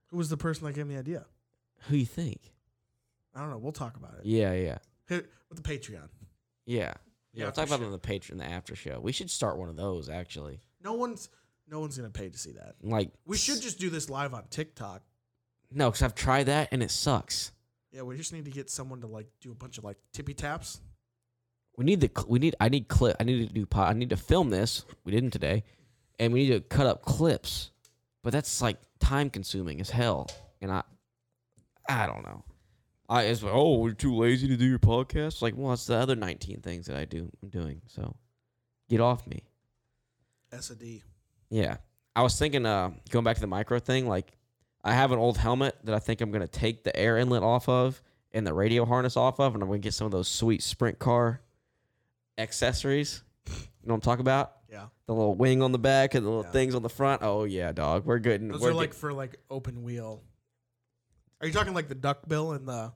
Speaker 2: Who was the person that gave me the idea?
Speaker 3: Who you think?
Speaker 2: I don't know. We'll talk about it
Speaker 3: Yeah, yeah,
Speaker 2: Hit, with the Patreon.
Speaker 3: yeah.
Speaker 2: Yeah,
Speaker 3: Yeah, we'll
Speaker 2: for
Speaker 3: talk about
Speaker 2: sure.
Speaker 3: it on the Patreon, the after show. We should start one of those actually.
Speaker 2: No one's no one's gonna pay to see that.
Speaker 3: Like
Speaker 2: We should just do this live on TikTok.
Speaker 3: no, because I've tried that and it sucks.
Speaker 2: Yeah, we just need to get someone to like do a bunch of like tippy taps.
Speaker 3: We need the cl- we need I need clip. I need to do pot. I need to film this. We didn't today, and we need to cut up clips. But that's like time consuming as hell, and I I don't know. I it's like, oh we're too lazy to do your podcast. Like well that's the other nineteen things that I do I'm doing. So get off me.
Speaker 2: S A D.
Speaker 3: Yeah. I was thinking, uh, going back to the micro thing, like I have an old helmet that I think I'm gonna take the air inlet off of and the radio harness off of, and I'm gonna get some of those sweet sprint car accessories. You know what I'm talking about?
Speaker 2: Yeah,
Speaker 3: The little wing on the back and the little
Speaker 2: Yeah.
Speaker 3: things on the front. Oh yeah, dog. We're good.
Speaker 2: those
Speaker 3: we're
Speaker 2: are
Speaker 3: good.
Speaker 2: like for like open wheel. Are you talking like the duck bill and the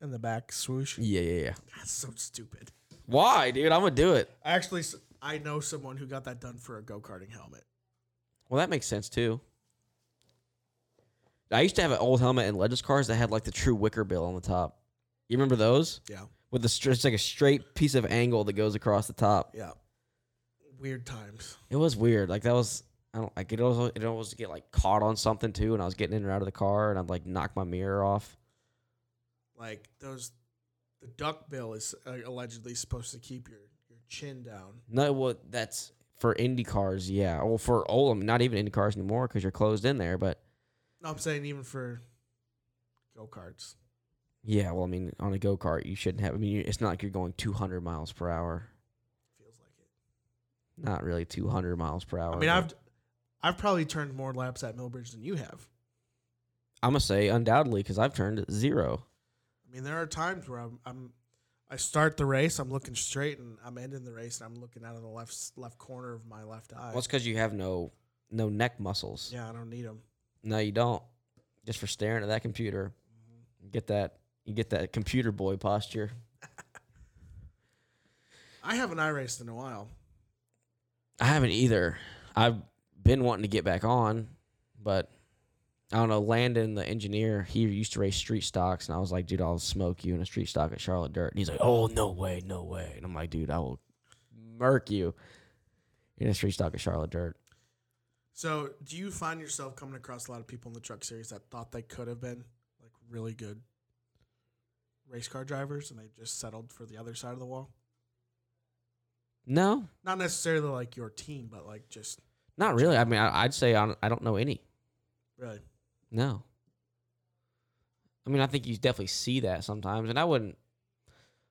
Speaker 2: in the back swoosh?
Speaker 3: Yeah, yeah, yeah.
Speaker 2: That's so stupid.
Speaker 3: Why, dude? I'm gonna do it.
Speaker 2: I actually s- I know someone who got that done for a go karting helmet.
Speaker 3: Well, that makes sense too. I used to have an old helmet in Legends cars that had like the true wicker bill on the top. You remember those?
Speaker 2: Yeah,
Speaker 3: with the str- it's like a straight piece of angle that goes across the top.
Speaker 2: yeah. Weird times.
Speaker 3: It was weird. Like that was I don't like it also it always get like caught on something too, and I was getting in or out of the car, and I'd like knock my mirror off.
Speaker 2: Like those, the duck bill is uh, allegedly supposed to keep your your chin down.
Speaker 3: No, well that's for Indy cars, yeah. Well, for old, I mean, not even Indy cars anymore because you're closed in there. But
Speaker 2: No, I'm saying even for go karts.
Speaker 3: yeah, well, I mean, on a go kart, you shouldn't have. I mean, you- it's not like you're going 200 miles per hour.
Speaker 2: If you
Speaker 3: not really 200 miles per hour.
Speaker 2: I mean,
Speaker 3: but
Speaker 2: I've I've probably turned more laps at Millbridge than you have.
Speaker 3: I'm gonna say undoubtedly because I've turned zero.
Speaker 2: I mean, there are times where I'm, I'm I start the race, I'm looking straight, and I'm ending the race, and I'm looking out of the left s- left corner of my left eye.
Speaker 3: Well, it's because you have no no neck muscles.
Speaker 2: yeah, I don't need them.
Speaker 3: No, you don't. Just for staring at that computer, get that you get that computer boy posture.
Speaker 2: I haven't I raced in a while.
Speaker 3: I haven't either. I've been wanting to get back on, but I don't know. Landon, the engineer, he used to race street stocks, and I was like, dude, I'll smoke you in a street stock at Charlotte Dirt. And he's like, oh, no way, no way. And I'm like, dude, I will murk you in a street stock at Charlotte Dirt.
Speaker 2: So, do you find yourself coming across a lot of people in the truck series that thought they could have been like really good race car drivers, and they just settled for the other side of the wall?
Speaker 3: No,
Speaker 2: Not necessarily like your team, but like just
Speaker 3: not really. I mean, I, I'd say I don't, I don't know any.
Speaker 2: really.
Speaker 3: No. I mean, I think you definitely see that sometimes, and I wouldn't.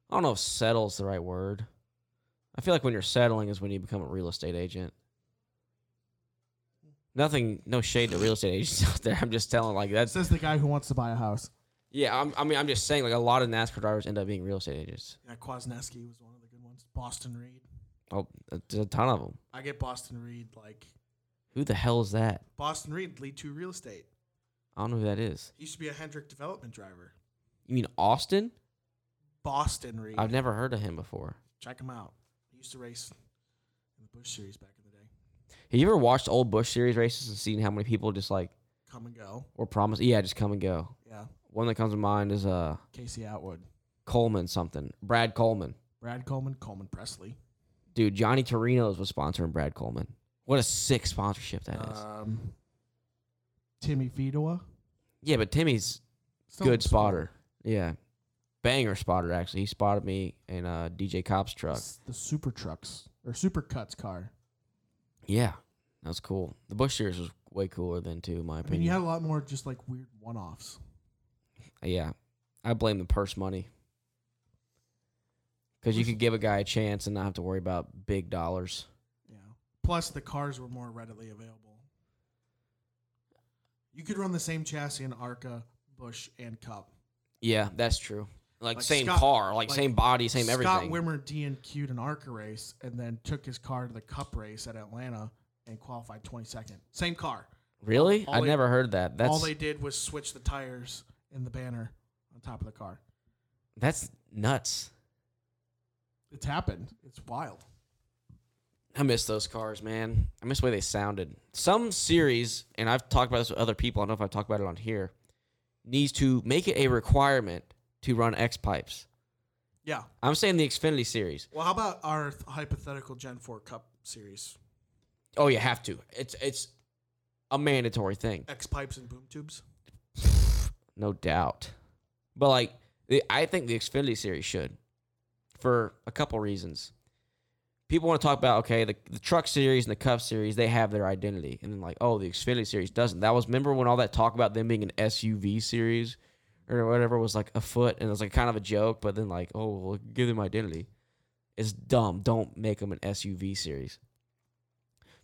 Speaker 3: I don't know if "settle's" the right word. I feel like when you're settling is when you become a real estate agent. Nothing, no shade to real estate agents out there. I'm just telling like that's
Speaker 2: Says the guy who wants to buy a house.
Speaker 3: yeah. I'm, I mean, I'm just saying like a lot of NASCAR drivers end up being real estate agents.
Speaker 2: Yeah, Kwasniewski was one of the good ones. Boston Reed.
Speaker 3: Oh, there's a ton of them.
Speaker 2: I get Boston Reed like
Speaker 3: Who the hell is that?
Speaker 2: Boston Reed lead to real estate.
Speaker 3: I don't know who that is.
Speaker 2: He used to be a Hendrick development driver.
Speaker 3: You mean Austin?
Speaker 2: Boston Reed.
Speaker 3: I've never heard of him before.
Speaker 2: Check him out. He used to race in the Bush series back in the day.
Speaker 3: Have you ever watched old Bush Series races and seen how many people just like
Speaker 2: Come and go.
Speaker 3: were promised? Yeah, just come and go.
Speaker 2: Yeah.
Speaker 3: One that comes to mind is uh
Speaker 2: Casey Atwood.
Speaker 3: Coleman something. Brad Coleman.
Speaker 2: Brad Coleman, Coleman Presley.
Speaker 3: Dude, Johnny Torino's was sponsoring Brad Coleman. What a sick sponsorship that is.
Speaker 2: Um, Timmy Fedor.
Speaker 3: Yeah, but Timmy's good spotter. Yeah. Banger spotter actually. He spotted me in uh DJ Cop's truck.
Speaker 2: The Super Trucks or Super Cuts car.
Speaker 3: Yeah. That was cool. The Bush Series was way cooler than too, in my
Speaker 2: I mean, you
Speaker 3: opinion.
Speaker 2: had a lot more just like weird one offs.
Speaker 3: yeah. I blame the purse money. Because you could give a guy a chance and not have to worry about big dollars.
Speaker 2: Yeah. Plus, the cars were more readily available. You could run the same chassis in Arca, Bush, and Cup.
Speaker 3: Yeah, that's true. Like,
Speaker 2: Like
Speaker 3: same
Speaker 2: Scott-
Speaker 3: car, like,
Speaker 2: like
Speaker 3: same body, same
Speaker 2: Scott
Speaker 3: everything.
Speaker 2: Wimmer DNQ'd an ARCA race and then took his car to the Cup race at Atlanta and qualified 22nd. Same car.
Speaker 3: Really?
Speaker 2: All
Speaker 3: I
Speaker 2: they-
Speaker 3: never heard that. That's
Speaker 2: All they did was switch the tires in the banner on top of the car.
Speaker 3: that's nuts.
Speaker 2: It's happened. It's wild.
Speaker 3: I miss those cars, man. I miss the way they sounded. Some series, and I've talked about this with other people. I don't know if I've talked about it on here. Needs to make it a requirement to run X pipes.
Speaker 2: Yeah.
Speaker 3: I'm saying the Xfinity series.
Speaker 2: Well, how about our th- hypothetical Gen 4 Cup series?
Speaker 3: Oh, you have to. It's it's a mandatory thing,
Speaker 2: X pipes and boom tubes?
Speaker 3: no doubt. But like, the, I think the Xfinity series should, for a couple reasons. people want to talk about okay the, the truck series and the cup series they have their identity and then like oh the xfinity series doesn't that was remember when all that talk about them being an suv series or whatever was like a foot and it was like kind of a joke but then like oh well, give them identity it's dumb don't make them an suv series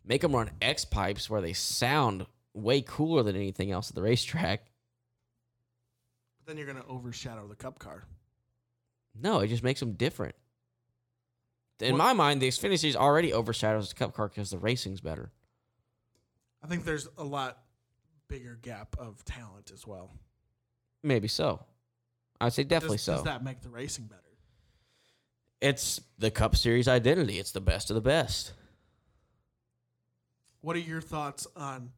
Speaker 3: make them run x pipes where they sound way cooler than anything else at the racetrack
Speaker 2: But then you're going to overshadow the Cup car.
Speaker 3: No, it just makes them different. In
Speaker 2: What-
Speaker 3: my mind, the Xfinity series already overshadows the Cup car because the racing's better.
Speaker 2: I think there's a lot bigger gap of talent as well.
Speaker 3: Maybe so. I'd say definitely
Speaker 2: does,
Speaker 3: so.
Speaker 2: Does that make the racing better?
Speaker 3: it's the Cup Series identity. It's the best of the best.
Speaker 2: What are your thoughts on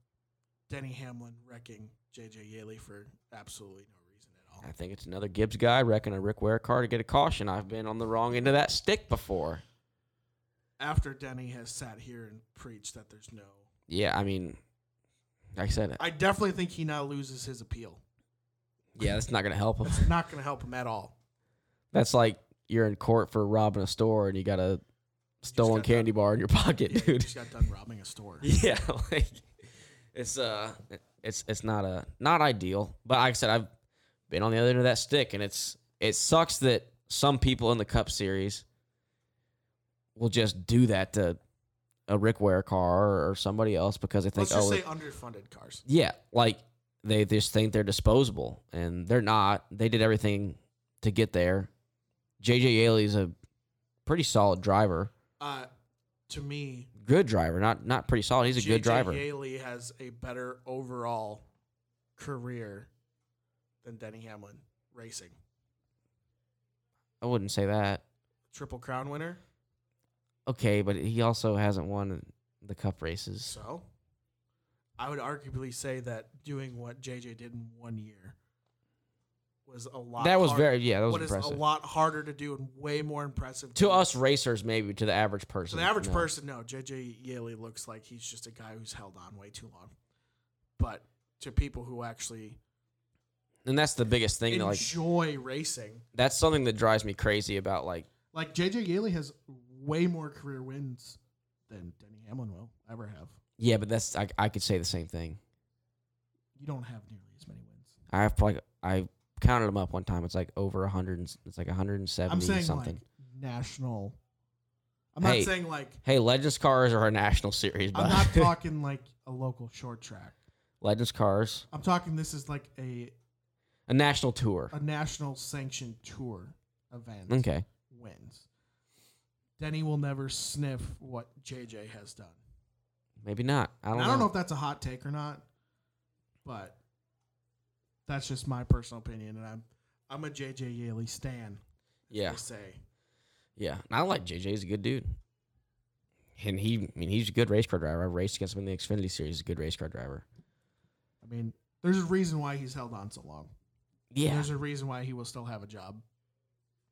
Speaker 2: Denny Hamlin wrecking JJ Yaley for absolutely no reason at all?
Speaker 3: I think it's another Gibbs guy wrecking a Rick Ware car to get a caution. I've been on the wrong end of that stick before.
Speaker 2: After Denny has sat here and preached that there's no,
Speaker 3: Yeah, I mean, like I said,
Speaker 2: I definitely think he now loses his appeal.
Speaker 3: yeah, that's not going to help him.
Speaker 2: That's not going to help him at all.
Speaker 3: That's like you're in court for robbing a store and you got a stolen
Speaker 2: got
Speaker 3: candy bar in your pocket,
Speaker 2: Yeah, he
Speaker 3: dude.
Speaker 2: just got done robbing a store.
Speaker 3: Yeah, like it's uh it's it's not a not ideal. But like I said, I've been on the other end of that stick and it's it sucks that some people in the cup series will just do that to a Rick Ware car or somebody else because they think,
Speaker 2: Let's just
Speaker 3: oh,
Speaker 2: say underfunded cars.
Speaker 3: yeah, like they just think they're disposable and they're not. They did everything to get there. JJ Yaley's a pretty solid driver.
Speaker 2: Uh, to me,
Speaker 3: Good driver, not not pretty solid. He's a good
Speaker 2: JJ
Speaker 3: driver.
Speaker 2: Yaley has a better overall career than Denny Hamlin racing.
Speaker 3: I wouldn't say that.
Speaker 2: Triple Crown winner.
Speaker 3: Okay, but he also hasn't won the cup races.
Speaker 2: So I would arguably say that doing what JJ did in one year was a lot
Speaker 3: That was
Speaker 2: harder-
Speaker 3: very yeah, that was
Speaker 2: what is
Speaker 3: impressive.
Speaker 2: a lot harder to do and way more impressive
Speaker 3: to
Speaker 2: do.
Speaker 3: us racers, maybe to the average
Speaker 2: To
Speaker 3: person.
Speaker 2: the average
Speaker 3: no.
Speaker 2: person, no. JJ Yaley looks like he's just a guy who's held on way too long. But to people who actually
Speaker 3: and that's the biggest thing. that, Like
Speaker 2: enjoy racing,
Speaker 3: that's something that drives me crazy about like
Speaker 2: like JJ Yaley has way more career wins than Denny Hamlin will ever have.
Speaker 3: yeah, but that's I I could say the same thing.
Speaker 2: You don't have nearly as many wins.
Speaker 3: I have like I counted them up one time. It's like over a hundred. and s- It's like hundred and
Speaker 2: I'm
Speaker 3: seventy
Speaker 2: saying
Speaker 3: something.
Speaker 2: like national. I'm
Speaker 3: Hey.
Speaker 2: not saying like
Speaker 3: hey, Legends cars are a national series, but
Speaker 2: I'm not talking like a local short track.
Speaker 3: Legends cars
Speaker 2: I'm talking this is like a
Speaker 3: a national tour.
Speaker 2: a national sanctioned tour event.
Speaker 3: Okay,
Speaker 2: Wins. Denny will never sniff what JJ has done.
Speaker 3: maybe not. I don't,
Speaker 2: And I
Speaker 3: know.
Speaker 2: don't know if that's a hot take or not, but that's just my personal opinion, and I'm I'm a JJ Yaley stan. as
Speaker 3: Yeah.
Speaker 2: they say
Speaker 3: Yeah, and I like JJ. He's a good dude, and he I mean he's a good race car driver. I raced against him in the Xfinity series. He's a good race car driver.
Speaker 2: I mean, there's a reason why he's held on so long.
Speaker 3: Yeah,
Speaker 2: There's a reason why he will still have a job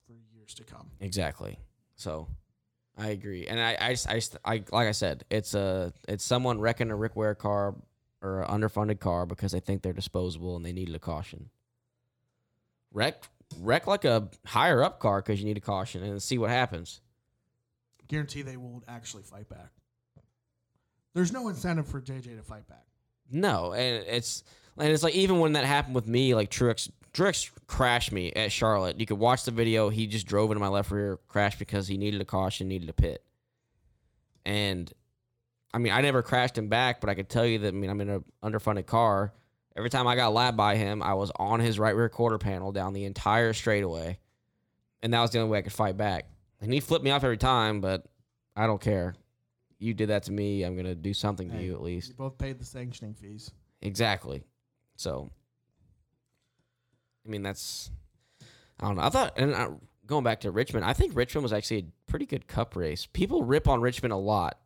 Speaker 2: for years to come.
Speaker 3: Exactly. So I agree, and I, I, just- I, just- I, like I said, it's a, it's someone wrecking a Rick Ware car or an underfunded car because they think they're disposable and they needed a caution. Wreck, wreck like a higher up car because you need a caution and see what happens.
Speaker 2: Guarantee they won't actually fight back. There's no incentive for JJ to fight back.
Speaker 3: No, and it's and it's like even when that happened with me, like Truex Truex crashed me at Charlotte. You could watch the video. He just drove into my left rear, crashed because he needed a caution, needed a pit. And I mean, I never crashed him back, but I could tell you that I mean, I'm in an underfunded car. Every time I got lapped by him, I was on his right rear quarter panel down the entire straightaway, and that was the only way I could fight back. And he flipped me off every time, but I don't care. You did that to me. I'm gonna do something to
Speaker 2: Hey,
Speaker 3: you at least.
Speaker 2: You both paid the sanctioning fees.
Speaker 3: Exactly. So, I mean, that's I don't know. I thought, and I, going back to Richmond, I think Richmond was actually a pretty good Cup race. People rip on Richmond a lot.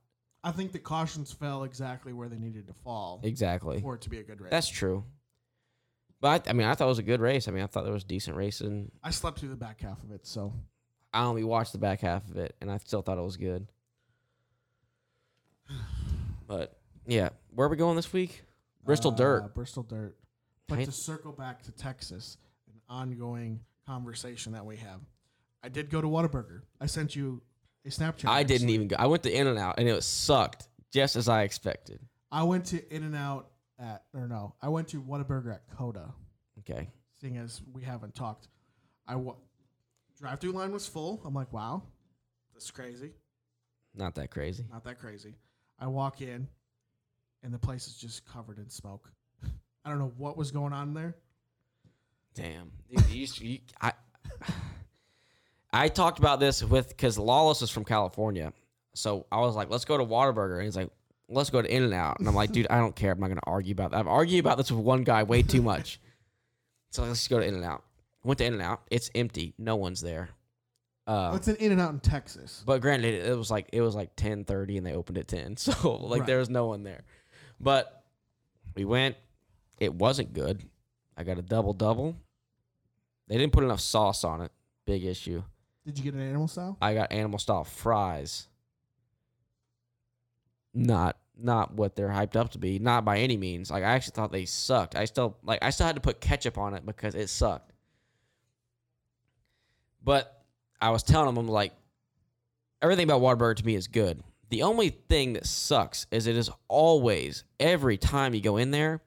Speaker 2: I think the cautions fell exactly where they needed to fall
Speaker 3: Exactly.
Speaker 2: for it to be a good race.
Speaker 3: That's true. But I, I mean, I thought it was a good race. I mean, I thought there was decent racing.
Speaker 2: I slept through the back half of it, so
Speaker 3: I only watched the back half of it, and I still thought it was good. But yeah, where are we going this week? Bristol
Speaker 2: uh,
Speaker 3: Dirt.
Speaker 2: Bristol Dirt. But
Speaker 3: Right.
Speaker 2: to circle back to Texas, an ongoing conversation that we have. I did go to Whataburger. I sent you a Snapchat.
Speaker 3: I didn't
Speaker 2: actually.
Speaker 3: even go. I went to In and Out, and it sucked just as I expected.
Speaker 2: I went to In and Out at or no, I went to Whataburger at Coda.
Speaker 3: Okay.
Speaker 2: Seeing as we haven't talked, I wa- drive through line was full. I'm like, wow, that's crazy.
Speaker 3: Not that crazy.
Speaker 2: Not that crazy. I walk in, and the place is just covered in smoke. I don't know what was going on there.
Speaker 3: Damn. Dude, you, you, I, I talked about this with because Lawless is from California. So I was like, let's go to Waterburger. And he's like, let's go to In N Out. And I'm like, dude, I don't care. I'm not going to argue about that. I've argued about this with one guy way too much. so let's go to In N Out. Went to In N Out. It's empty. No one's there. Uh,
Speaker 2: It's an In and Out in Texas.
Speaker 3: But granted, it was like it was like ten thirty, and they opened at ten, so like
Speaker 2: Right.
Speaker 3: there was no one there. But we went. It wasn't good. I got a double double. They didn't put enough sauce on it. Big issue.
Speaker 2: Did you get an animal style?
Speaker 3: I got animal style fries. Not not what they're hyped up to be. Not by any means. Like I actually thought they sucked. I still like I still had to put ketchup on it because it sucked. But I was telling them I'm like everything about Whataburger to me is good. The only thing that sucks is it is always every time you go in there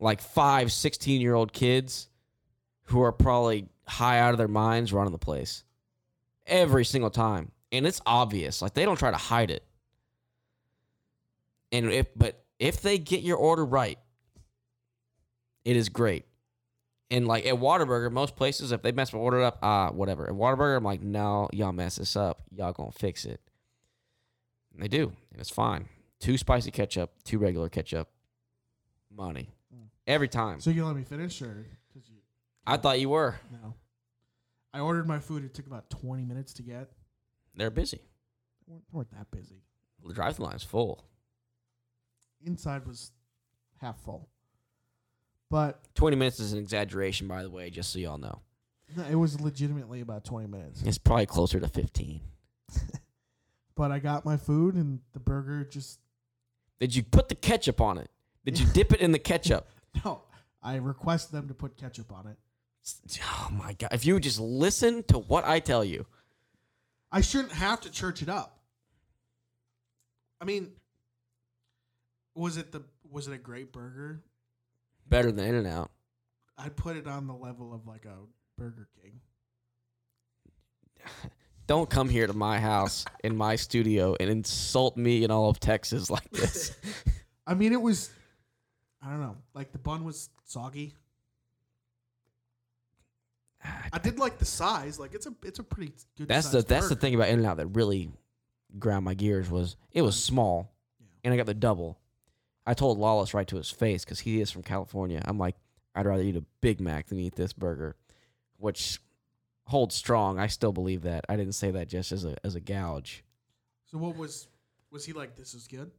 Speaker 3: like five 16 year old kids who are probably high out of their minds running the place every single time. And it's obvious. Like they don't try to hide it. And if but if they get your order right, it is great. And like at Waterburger, most places if they mess my order up, ah, whatever. At Waterburger, I'm like, no, y'all mess this up. Y'all gonna fix it. And they do, and it's fine. Two spicy ketchup, two regular ketchup, money every time.
Speaker 2: So you gonna let me finish, or cause you
Speaker 3: I thought you were.
Speaker 2: no? I ordered my food. It took about twenty minutes to get.
Speaker 3: They're busy.
Speaker 2: They weren't, weren't that busy.
Speaker 3: The drive-thru line's full.
Speaker 2: Inside was half full, but
Speaker 3: Twenty minutes is an exaggeration, by the way, just so y'all know.
Speaker 2: no, it was legitimately about twenty minutes.
Speaker 3: It's probably closer to fifteen.
Speaker 2: But I got my food, and the burger just
Speaker 3: Did you put the ketchup on it? Did you dip it in the ketchup?
Speaker 2: no. I request them to put ketchup on it.
Speaker 3: Oh my god! If you would just listen to what I tell you,
Speaker 2: I shouldn't have to church it up. I mean, was it the was it a great burger?
Speaker 3: better than In and Out.
Speaker 2: I'd put it on the level of like a Burger King.
Speaker 3: Don't come here to my house in my studio and insult me and all of Texas like this.
Speaker 2: I mean, it was. I don't know. Like the bun was soggy. I did like the size. Like it's a it's a pretty good.
Speaker 3: That's the
Speaker 2: sized
Speaker 3: that's the
Speaker 2: burger.
Speaker 3: thing about In and Out that really ground my gears was it was small,
Speaker 2: Yeah.
Speaker 3: and I got the double. I told Lawless right to his face because he is from California. I'm like, I'd rather eat a Big Mac than eat this burger, which holds strong. I still believe that. I didn't say that just as a as a gouge.
Speaker 2: So what was was he like? This is good.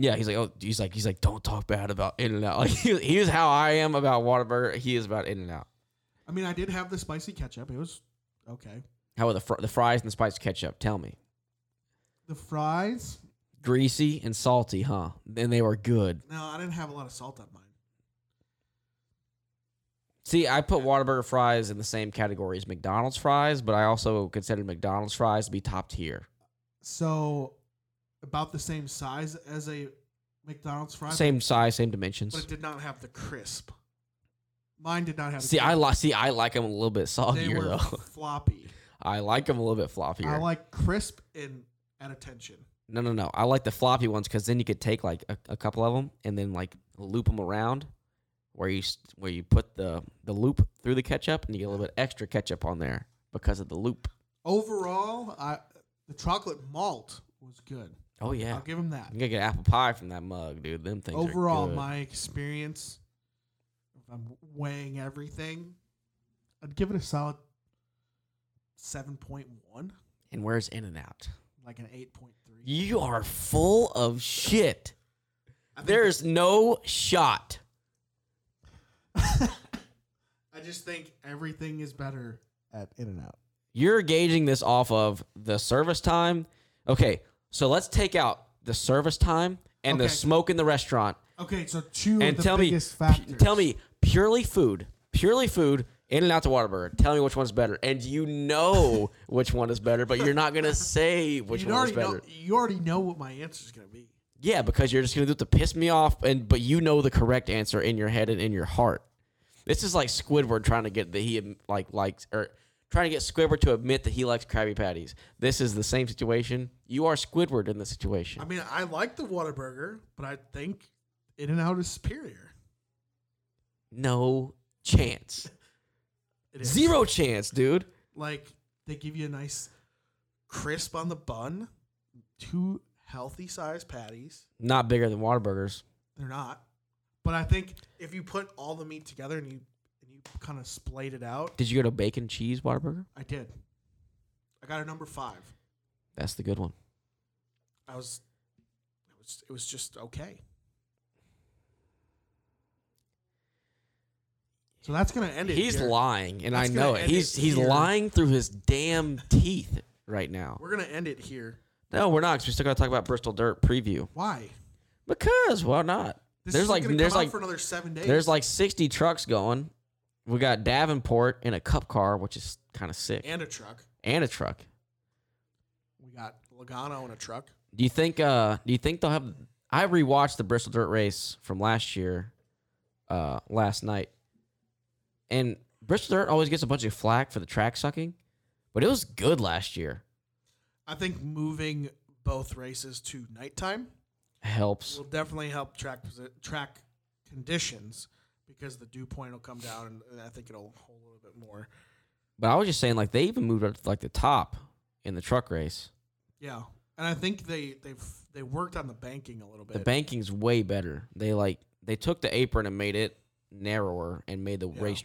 Speaker 3: Yeah, he's like, oh, he's like, he's like, don't talk bad about In and Out. Like, he, he is how I am about Whataburger. He is about In and Out.
Speaker 2: I mean, I did have the spicy ketchup. It was okay.
Speaker 3: How are the fr- the fries and the spice ketchup? Tell me,
Speaker 2: The fries.
Speaker 3: greasy and salty, huh? And they were good.
Speaker 2: No, I didn't have a lot of salt on mine.
Speaker 3: See, I put Whataburger fries in the same category as McDonald's fries, but I also consider McDonald's fries to be top tier.
Speaker 2: So about the same size as a McDonald's fry.
Speaker 3: Same size,
Speaker 2: but
Speaker 3: same
Speaker 2: it
Speaker 3: dimensions.
Speaker 2: did not have the crisp. Mine did not have.
Speaker 3: See,
Speaker 2: the
Speaker 3: I li- see, I like them a little bit
Speaker 2: crisp. They
Speaker 3: soggier
Speaker 2: were
Speaker 3: though.
Speaker 2: floppy.
Speaker 3: I like them a little bit
Speaker 2: I
Speaker 3: floppier.
Speaker 2: like crisp and at attention.
Speaker 3: no, no, no. I like the floppy ones because then you could take like a, a couple of them and then like loop them around, where you s- where you put the the loop through the ketchup and you get a little bit extra ketchup on there because of the loop.
Speaker 2: Overall, I the chocolate malt was good.
Speaker 3: Oh yeah,
Speaker 2: I'll give him that.
Speaker 3: you gotta get apple pie from that mug, dude. Them things. are
Speaker 2: Overall,
Speaker 3: good.
Speaker 2: my experience, if I'm weighing everything, I'd give it a solid seven point one,
Speaker 3: And where's In and Out?
Speaker 2: like an eight point three.
Speaker 3: You are full of shit. There's no shot.
Speaker 2: I just think everything is better at In and Out.
Speaker 3: You're gauging this off of the service time. Okay, so let's take out the service time and the
Speaker 2: Okay.
Speaker 3: smoke in the restaurant
Speaker 2: Okay, so two
Speaker 3: and
Speaker 2: of the
Speaker 3: tell me
Speaker 2: biggest factors.
Speaker 3: pu- tell me purely food. Purely food in and out to Waterburger. Tell me which one's better. And you know which one is better, but you're not going to say which
Speaker 2: you
Speaker 3: one
Speaker 2: already
Speaker 3: is better.
Speaker 2: know. You already know what my answer is going to be.
Speaker 3: Yeah, because you're just gonna do it to piss me off, and but you know the correct answer in your head and in your heart. This is like Squidward trying to get that he um, like likes or trying to get Squidward to admit that he likes Krabby Patties. This is the same situation. You are Squidward in this situation.
Speaker 2: I mean, I like the Whataburger, but I think In and Out is superior.
Speaker 3: no chance.
Speaker 2: It is.
Speaker 3: Zero chance, dude.
Speaker 2: Like they give you a nice crisp on the bun, two healthy sized patties.
Speaker 3: Not bigger than Waterburgers.
Speaker 2: They're not, but I think if you put all the meat together and you and you kind of splayed it out,
Speaker 3: Did you go to bacon cheese Waterburger?
Speaker 2: I did. I got a number five.
Speaker 3: That's the good one.
Speaker 2: I was, it was, it was just okay. So that's gonna end it.
Speaker 3: He's
Speaker 2: here.
Speaker 3: lying, and
Speaker 2: That's
Speaker 3: I
Speaker 2: gonna
Speaker 3: know it.
Speaker 2: end
Speaker 3: He's
Speaker 2: it
Speaker 3: he's
Speaker 2: here.
Speaker 3: lying through his damn teeth right now.
Speaker 2: We're gonna end it here.
Speaker 3: No, we're not. 'cause we still gotta talk about Bristol Dirt preview.
Speaker 2: Why?
Speaker 3: Because why not?
Speaker 2: This
Speaker 3: there's
Speaker 2: isn't
Speaker 3: like
Speaker 2: gonna
Speaker 3: there's
Speaker 2: come out
Speaker 3: like
Speaker 2: for another seven days.
Speaker 3: there's like 60 trucks going. We got Davenport in a cup car, which is kind of sick,
Speaker 2: and
Speaker 3: and,
Speaker 2: a truck.
Speaker 3: a truck.
Speaker 2: We got Logano in a truck.
Speaker 3: Do you think? Uh, do you think they'll have? I rewatched the Bristol Dirt Race from last year, uh, last night, and Bristol Dirt always gets a bunch of flack for the track sucking, but it was good last year.
Speaker 2: I think moving both races to nighttime
Speaker 3: helps.
Speaker 2: will definitely help track posi- track conditions because the dew point will come down, and, and I think it'll hold a little bit more.
Speaker 3: But I was just saying, like they even moved up to like the top in the truck race.
Speaker 2: Yeah, and I think they they've they worked on the banking a little bit.
Speaker 3: The banking's way better. They like they took the apron and made it narrower and made the
Speaker 2: Yeah.
Speaker 3: race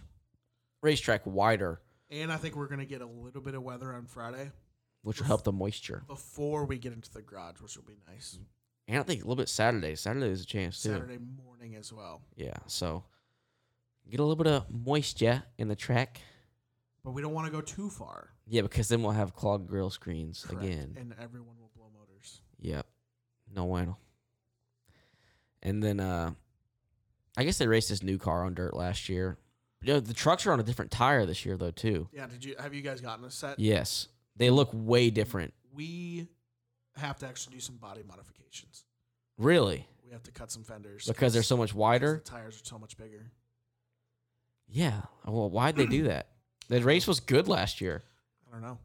Speaker 3: racetrack wider,
Speaker 2: and I think we're gonna get a little bit of weather on Friday
Speaker 3: which will help the moisture.
Speaker 2: before we get into the garage, which will be nice.
Speaker 3: And I think a little bit Saturday. Saturday is a chance too.
Speaker 2: Saturday morning as well.
Speaker 3: Yeah, so get a little bit of moisture in the track.
Speaker 2: But we don't want to go too far.
Speaker 3: Yeah, because then we'll have clogged grill screens
Speaker 2: Correct.
Speaker 3: again.
Speaker 2: And everyone will blow motors.
Speaker 3: Yep. No bueno. And then uh I guess they raced this new car on dirt last year. You know, the trucks are on a different tire this year though too.
Speaker 2: Yeah, did you have you guys gotten a set?
Speaker 3: Yes. They look way different.
Speaker 2: We have to actually do some body modifications.
Speaker 3: Really?
Speaker 2: We have to cut some fenders
Speaker 3: Because they're so much wider?
Speaker 2: The tires are so much bigger.
Speaker 3: Yeah. Well, why'd they do that? The race was good last year.
Speaker 2: I don't know.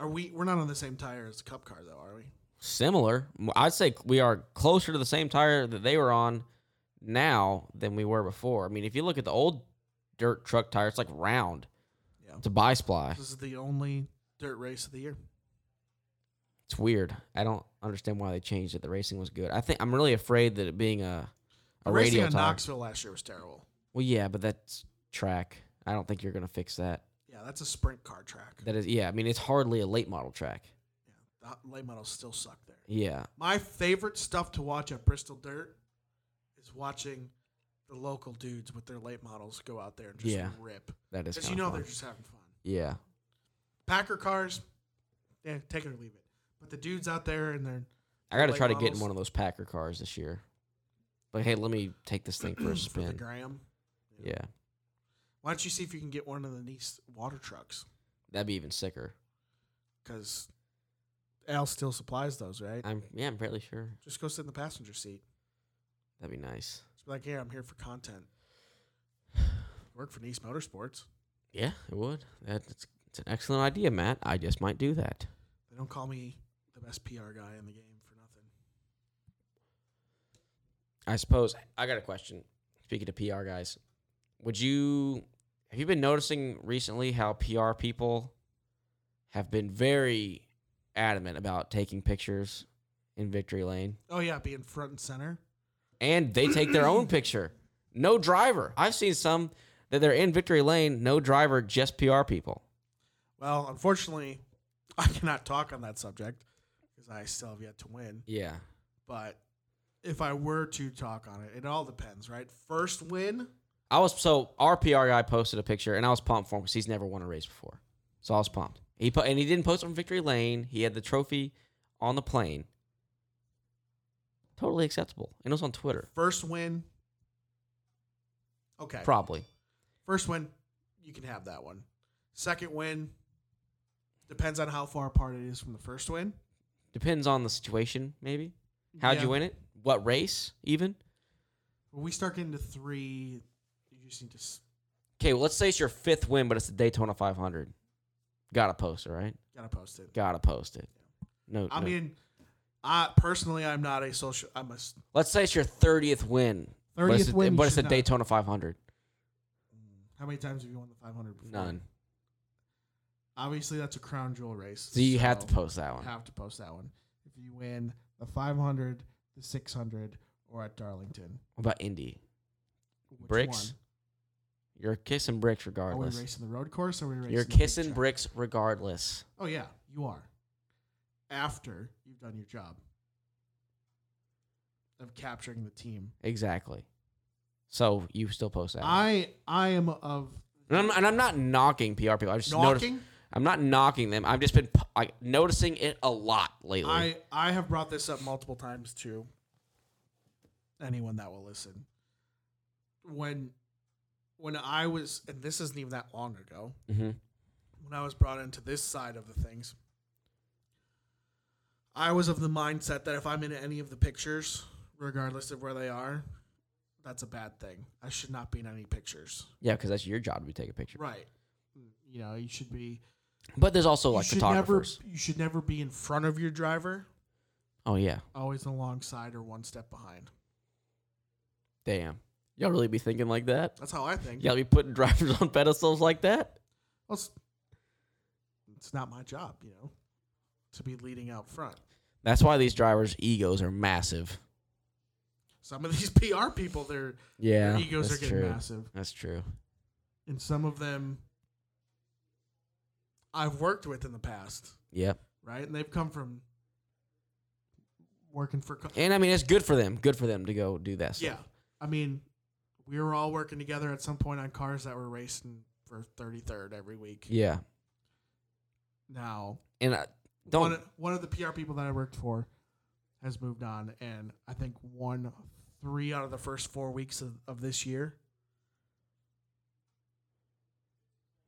Speaker 2: Are we? We're not on the same tire as the Cup car though, are we?
Speaker 3: Similar. I'd say we are closer to the same tire that they were on now than we were before. I mean, if you look at the old dirt truck tire, it's like round.
Speaker 2: Yeah.
Speaker 3: It's a bisply.
Speaker 2: This is the only dirt race of the year.
Speaker 3: It's weird. I don't understand why they changed it. The racing was good. I think I'm really afraid that it being a a
Speaker 2: The racing
Speaker 3: radio
Speaker 2: on
Speaker 3: tire.
Speaker 2: Knoxville last year was terrible.
Speaker 3: Well, yeah, but that's track. I don't think you're gonna fix that.
Speaker 2: Yeah, that's a sprint car track.
Speaker 3: That is, yeah. I mean, it's hardly a late model track.
Speaker 2: yeah, the late models still suck there.
Speaker 3: Yeah,
Speaker 2: My favorite stuff to watch at Bristol Dirt is watching the local dudes with their late models go out there and just
Speaker 3: Yeah.
Speaker 2: rip.
Speaker 3: that is.
Speaker 2: Because
Speaker 3: Kinda
Speaker 2: you know
Speaker 3: fun.
Speaker 2: they're just having fun.
Speaker 3: Yeah,
Speaker 2: Packer cars, yeah, take it or leave it. But the dudes out there and they're
Speaker 3: I got to
Speaker 2: Late
Speaker 3: try to get in
Speaker 2: models.
Speaker 3: one of those Packer cars this year. Like, hey, let me take this thing for a
Speaker 2: for the
Speaker 3: spin.
Speaker 2: gram.
Speaker 3: Yeah,
Speaker 2: Why don't you see if you can get one of the nice water trucks?
Speaker 3: that'd be even sicker.
Speaker 2: Because Al still supplies those, right?
Speaker 3: I'm yeah, I'm fairly sure
Speaker 2: Just go sit in the passenger seat.
Speaker 3: that'd be nice.
Speaker 2: Just be like, here, I'm here for content. Work for Nice Motorsports.
Speaker 3: Yeah, it would. That's it's an excellent idea, Matt. I just might do that.
Speaker 2: They don't call me the best PR guy in the game for nothing.
Speaker 3: I suppose I got a question. Speaking to PR guys, would you have you been noticing recently how PR people have been very adamant about taking pictures in victory lane
Speaker 2: Oh yeah, being front and center.
Speaker 3: and they take their own picture. No driver. I've seen some that they're in victory lane, no driver, just PR people.
Speaker 2: Well, unfortunately, I cannot talk on that subject because I still have yet to win.
Speaker 3: Yeah.
Speaker 2: But if I were to talk on it, it all depends, right? First win,
Speaker 3: I was so our PR guy posted a picture, and I was pumped for him because he's never won a race before. So I was pumped. He po- and he didn't post it from victory lane. He had the trophy on the plane. Totally acceptable, and it was on Twitter.
Speaker 2: first win. Okay.
Speaker 3: Probably
Speaker 2: First win, you can have that one. Second win depends on how far apart it is from the first win.
Speaker 3: depends on the situation. Maybe how'd
Speaker 2: Yeah.
Speaker 3: you win it? What race? Even
Speaker 2: When we start getting to three, you just need to. s-
Speaker 3: okay. Well, let's say it's your fifth win, but it's the Daytona 500. Gotta post it, right?
Speaker 2: Gotta post it.
Speaker 3: Gotta post it. No,
Speaker 2: I
Speaker 3: no.
Speaker 2: mean, I personally, I'm not a social. I'm a s-
Speaker 3: let's say it's your 30th win. but it's
Speaker 2: 30th
Speaker 3: a,
Speaker 2: win, you
Speaker 3: but it's
Speaker 2: should not-
Speaker 3: the Daytona 500.
Speaker 2: How many times have you won the 500 before?
Speaker 3: None.
Speaker 2: Obviously, that's a crown jewel race.
Speaker 3: So you have
Speaker 2: so
Speaker 3: to post that
Speaker 2: you
Speaker 3: one.
Speaker 2: have to post that one. If you win the 500, the 600, or at Darlington.
Speaker 3: What about Indy?
Speaker 2: Which
Speaker 3: Bricks?
Speaker 2: one?
Speaker 3: You're kissing bricks
Speaker 2: Are we
Speaker 3: regardless.
Speaker 2: racing the road course or are we racing
Speaker 3: You're
Speaker 2: the big
Speaker 3: kissing
Speaker 2: track?
Speaker 3: bricks regardless.
Speaker 2: Oh, yeah, you are. After you've done your job of capturing the team.
Speaker 3: Exactly. So you still post that. one.
Speaker 2: I I am of
Speaker 3: and, I'm, and I'm not knocking PR people. I just noticed.
Speaker 2: knocking.
Speaker 3: I'm not knocking them. I've just been p- I, noticing it a lot lately.
Speaker 2: I, I have brought this up multiple times to anyone that will listen. When when I was and this isn't even that long ago,
Speaker 3: hmm
Speaker 2: when I was brought into this side of the things, I was of the mindset that if I'm in any of the pictures, regardless of where they are, that's a bad thing. I should not be in any pictures.
Speaker 3: Yeah, because that's your job to take a picture.
Speaker 2: Right. You know, you should be
Speaker 3: But there's also
Speaker 2: you
Speaker 3: like
Speaker 2: should never
Speaker 3: photographers.
Speaker 2: you should never be in front of your driver.
Speaker 3: Oh yeah.
Speaker 2: Always alongside or one step behind.
Speaker 3: Damn. Y'all really be thinking like that?
Speaker 2: That's how I think.
Speaker 3: Y'all be putting drivers on pedestals like that?
Speaker 2: Well, it's, it's not my job, you know, to be leading out front.
Speaker 3: That's why these drivers' egos are massive.
Speaker 2: Some of these PR people, their,
Speaker 3: Yeah.
Speaker 2: their egos are
Speaker 3: that's
Speaker 2: getting
Speaker 3: true.
Speaker 2: massive.
Speaker 3: That's true.
Speaker 2: And some of them I've worked with in the past,
Speaker 3: Yep.
Speaker 2: right? And they've come from working for. Co-
Speaker 3: And I mean, it's good for them. Good for them to go do that.
Speaker 2: yeah.
Speaker 3: Stuff.
Speaker 2: I mean, we were all working together at some point on cars that were racing for 33rd every week.
Speaker 3: Yeah.
Speaker 2: Now,
Speaker 3: And I, don't.
Speaker 2: One, one of the PR people that I worked for has moved on, and I think won three out of the first four weeks of, of this year.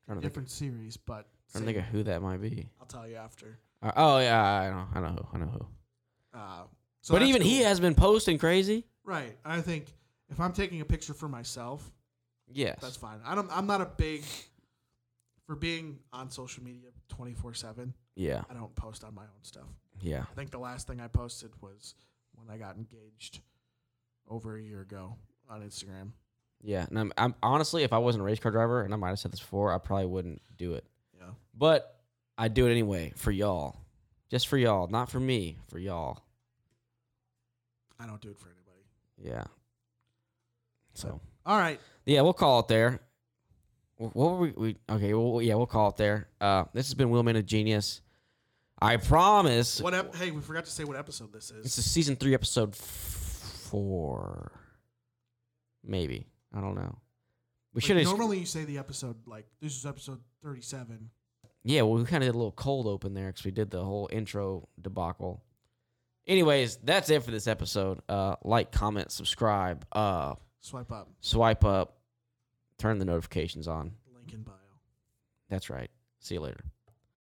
Speaker 3: trying to think,
Speaker 2: Different series, but
Speaker 3: trying
Speaker 2: same.
Speaker 3: to think of who that might be.
Speaker 2: I'll tell you after.
Speaker 3: Uh, oh yeah, I know. I know who. I know who.
Speaker 2: Uh, so
Speaker 3: but
Speaker 2: that's
Speaker 3: even he
Speaker 2: cool.
Speaker 3: has been posting crazy.
Speaker 2: right. I think if I'm taking a picture for myself,
Speaker 3: Yes.
Speaker 2: that's fine. I don't. I'm not a big for being on social media 24 seven.
Speaker 3: yeah.
Speaker 2: I don't post on my own stuff.
Speaker 3: Yeah.
Speaker 2: I think the last thing I posted was when I got engaged over a year ago on Instagram.
Speaker 3: Yeah. And I'm, I'm honestly, if I wasn't a race car driver, and I might have said this before, I probably wouldn't do it.
Speaker 2: Yeah.
Speaker 3: But I do it anyway for y'all, just for y'all, not for me, for y'all.
Speaker 2: I don't do it for anybody.
Speaker 3: Yeah. So
Speaker 2: All right.
Speaker 3: yeah, we'll call it there. Wh- What were we? we okay. Well, yeah, we'll call it there. Uh, this has been Willman of Genius. I promise.
Speaker 2: What ep- hey, we forgot to say what episode this
Speaker 3: It's
Speaker 2: is.
Speaker 3: a season three, episode f- four. Maybe I don't know. We should
Speaker 2: Like,
Speaker 3: have.
Speaker 2: normally you say the episode like this is episode thirty-seven.
Speaker 3: Yeah, well, we kind of did a little cold open there because we did the whole intro debacle. Anyways, that's it for this episode. Uh, like, comment, subscribe, uh,
Speaker 2: Swipe up,
Speaker 3: swipe up, turn the notifications on.
Speaker 2: link in bio.
Speaker 3: That's right. See you later.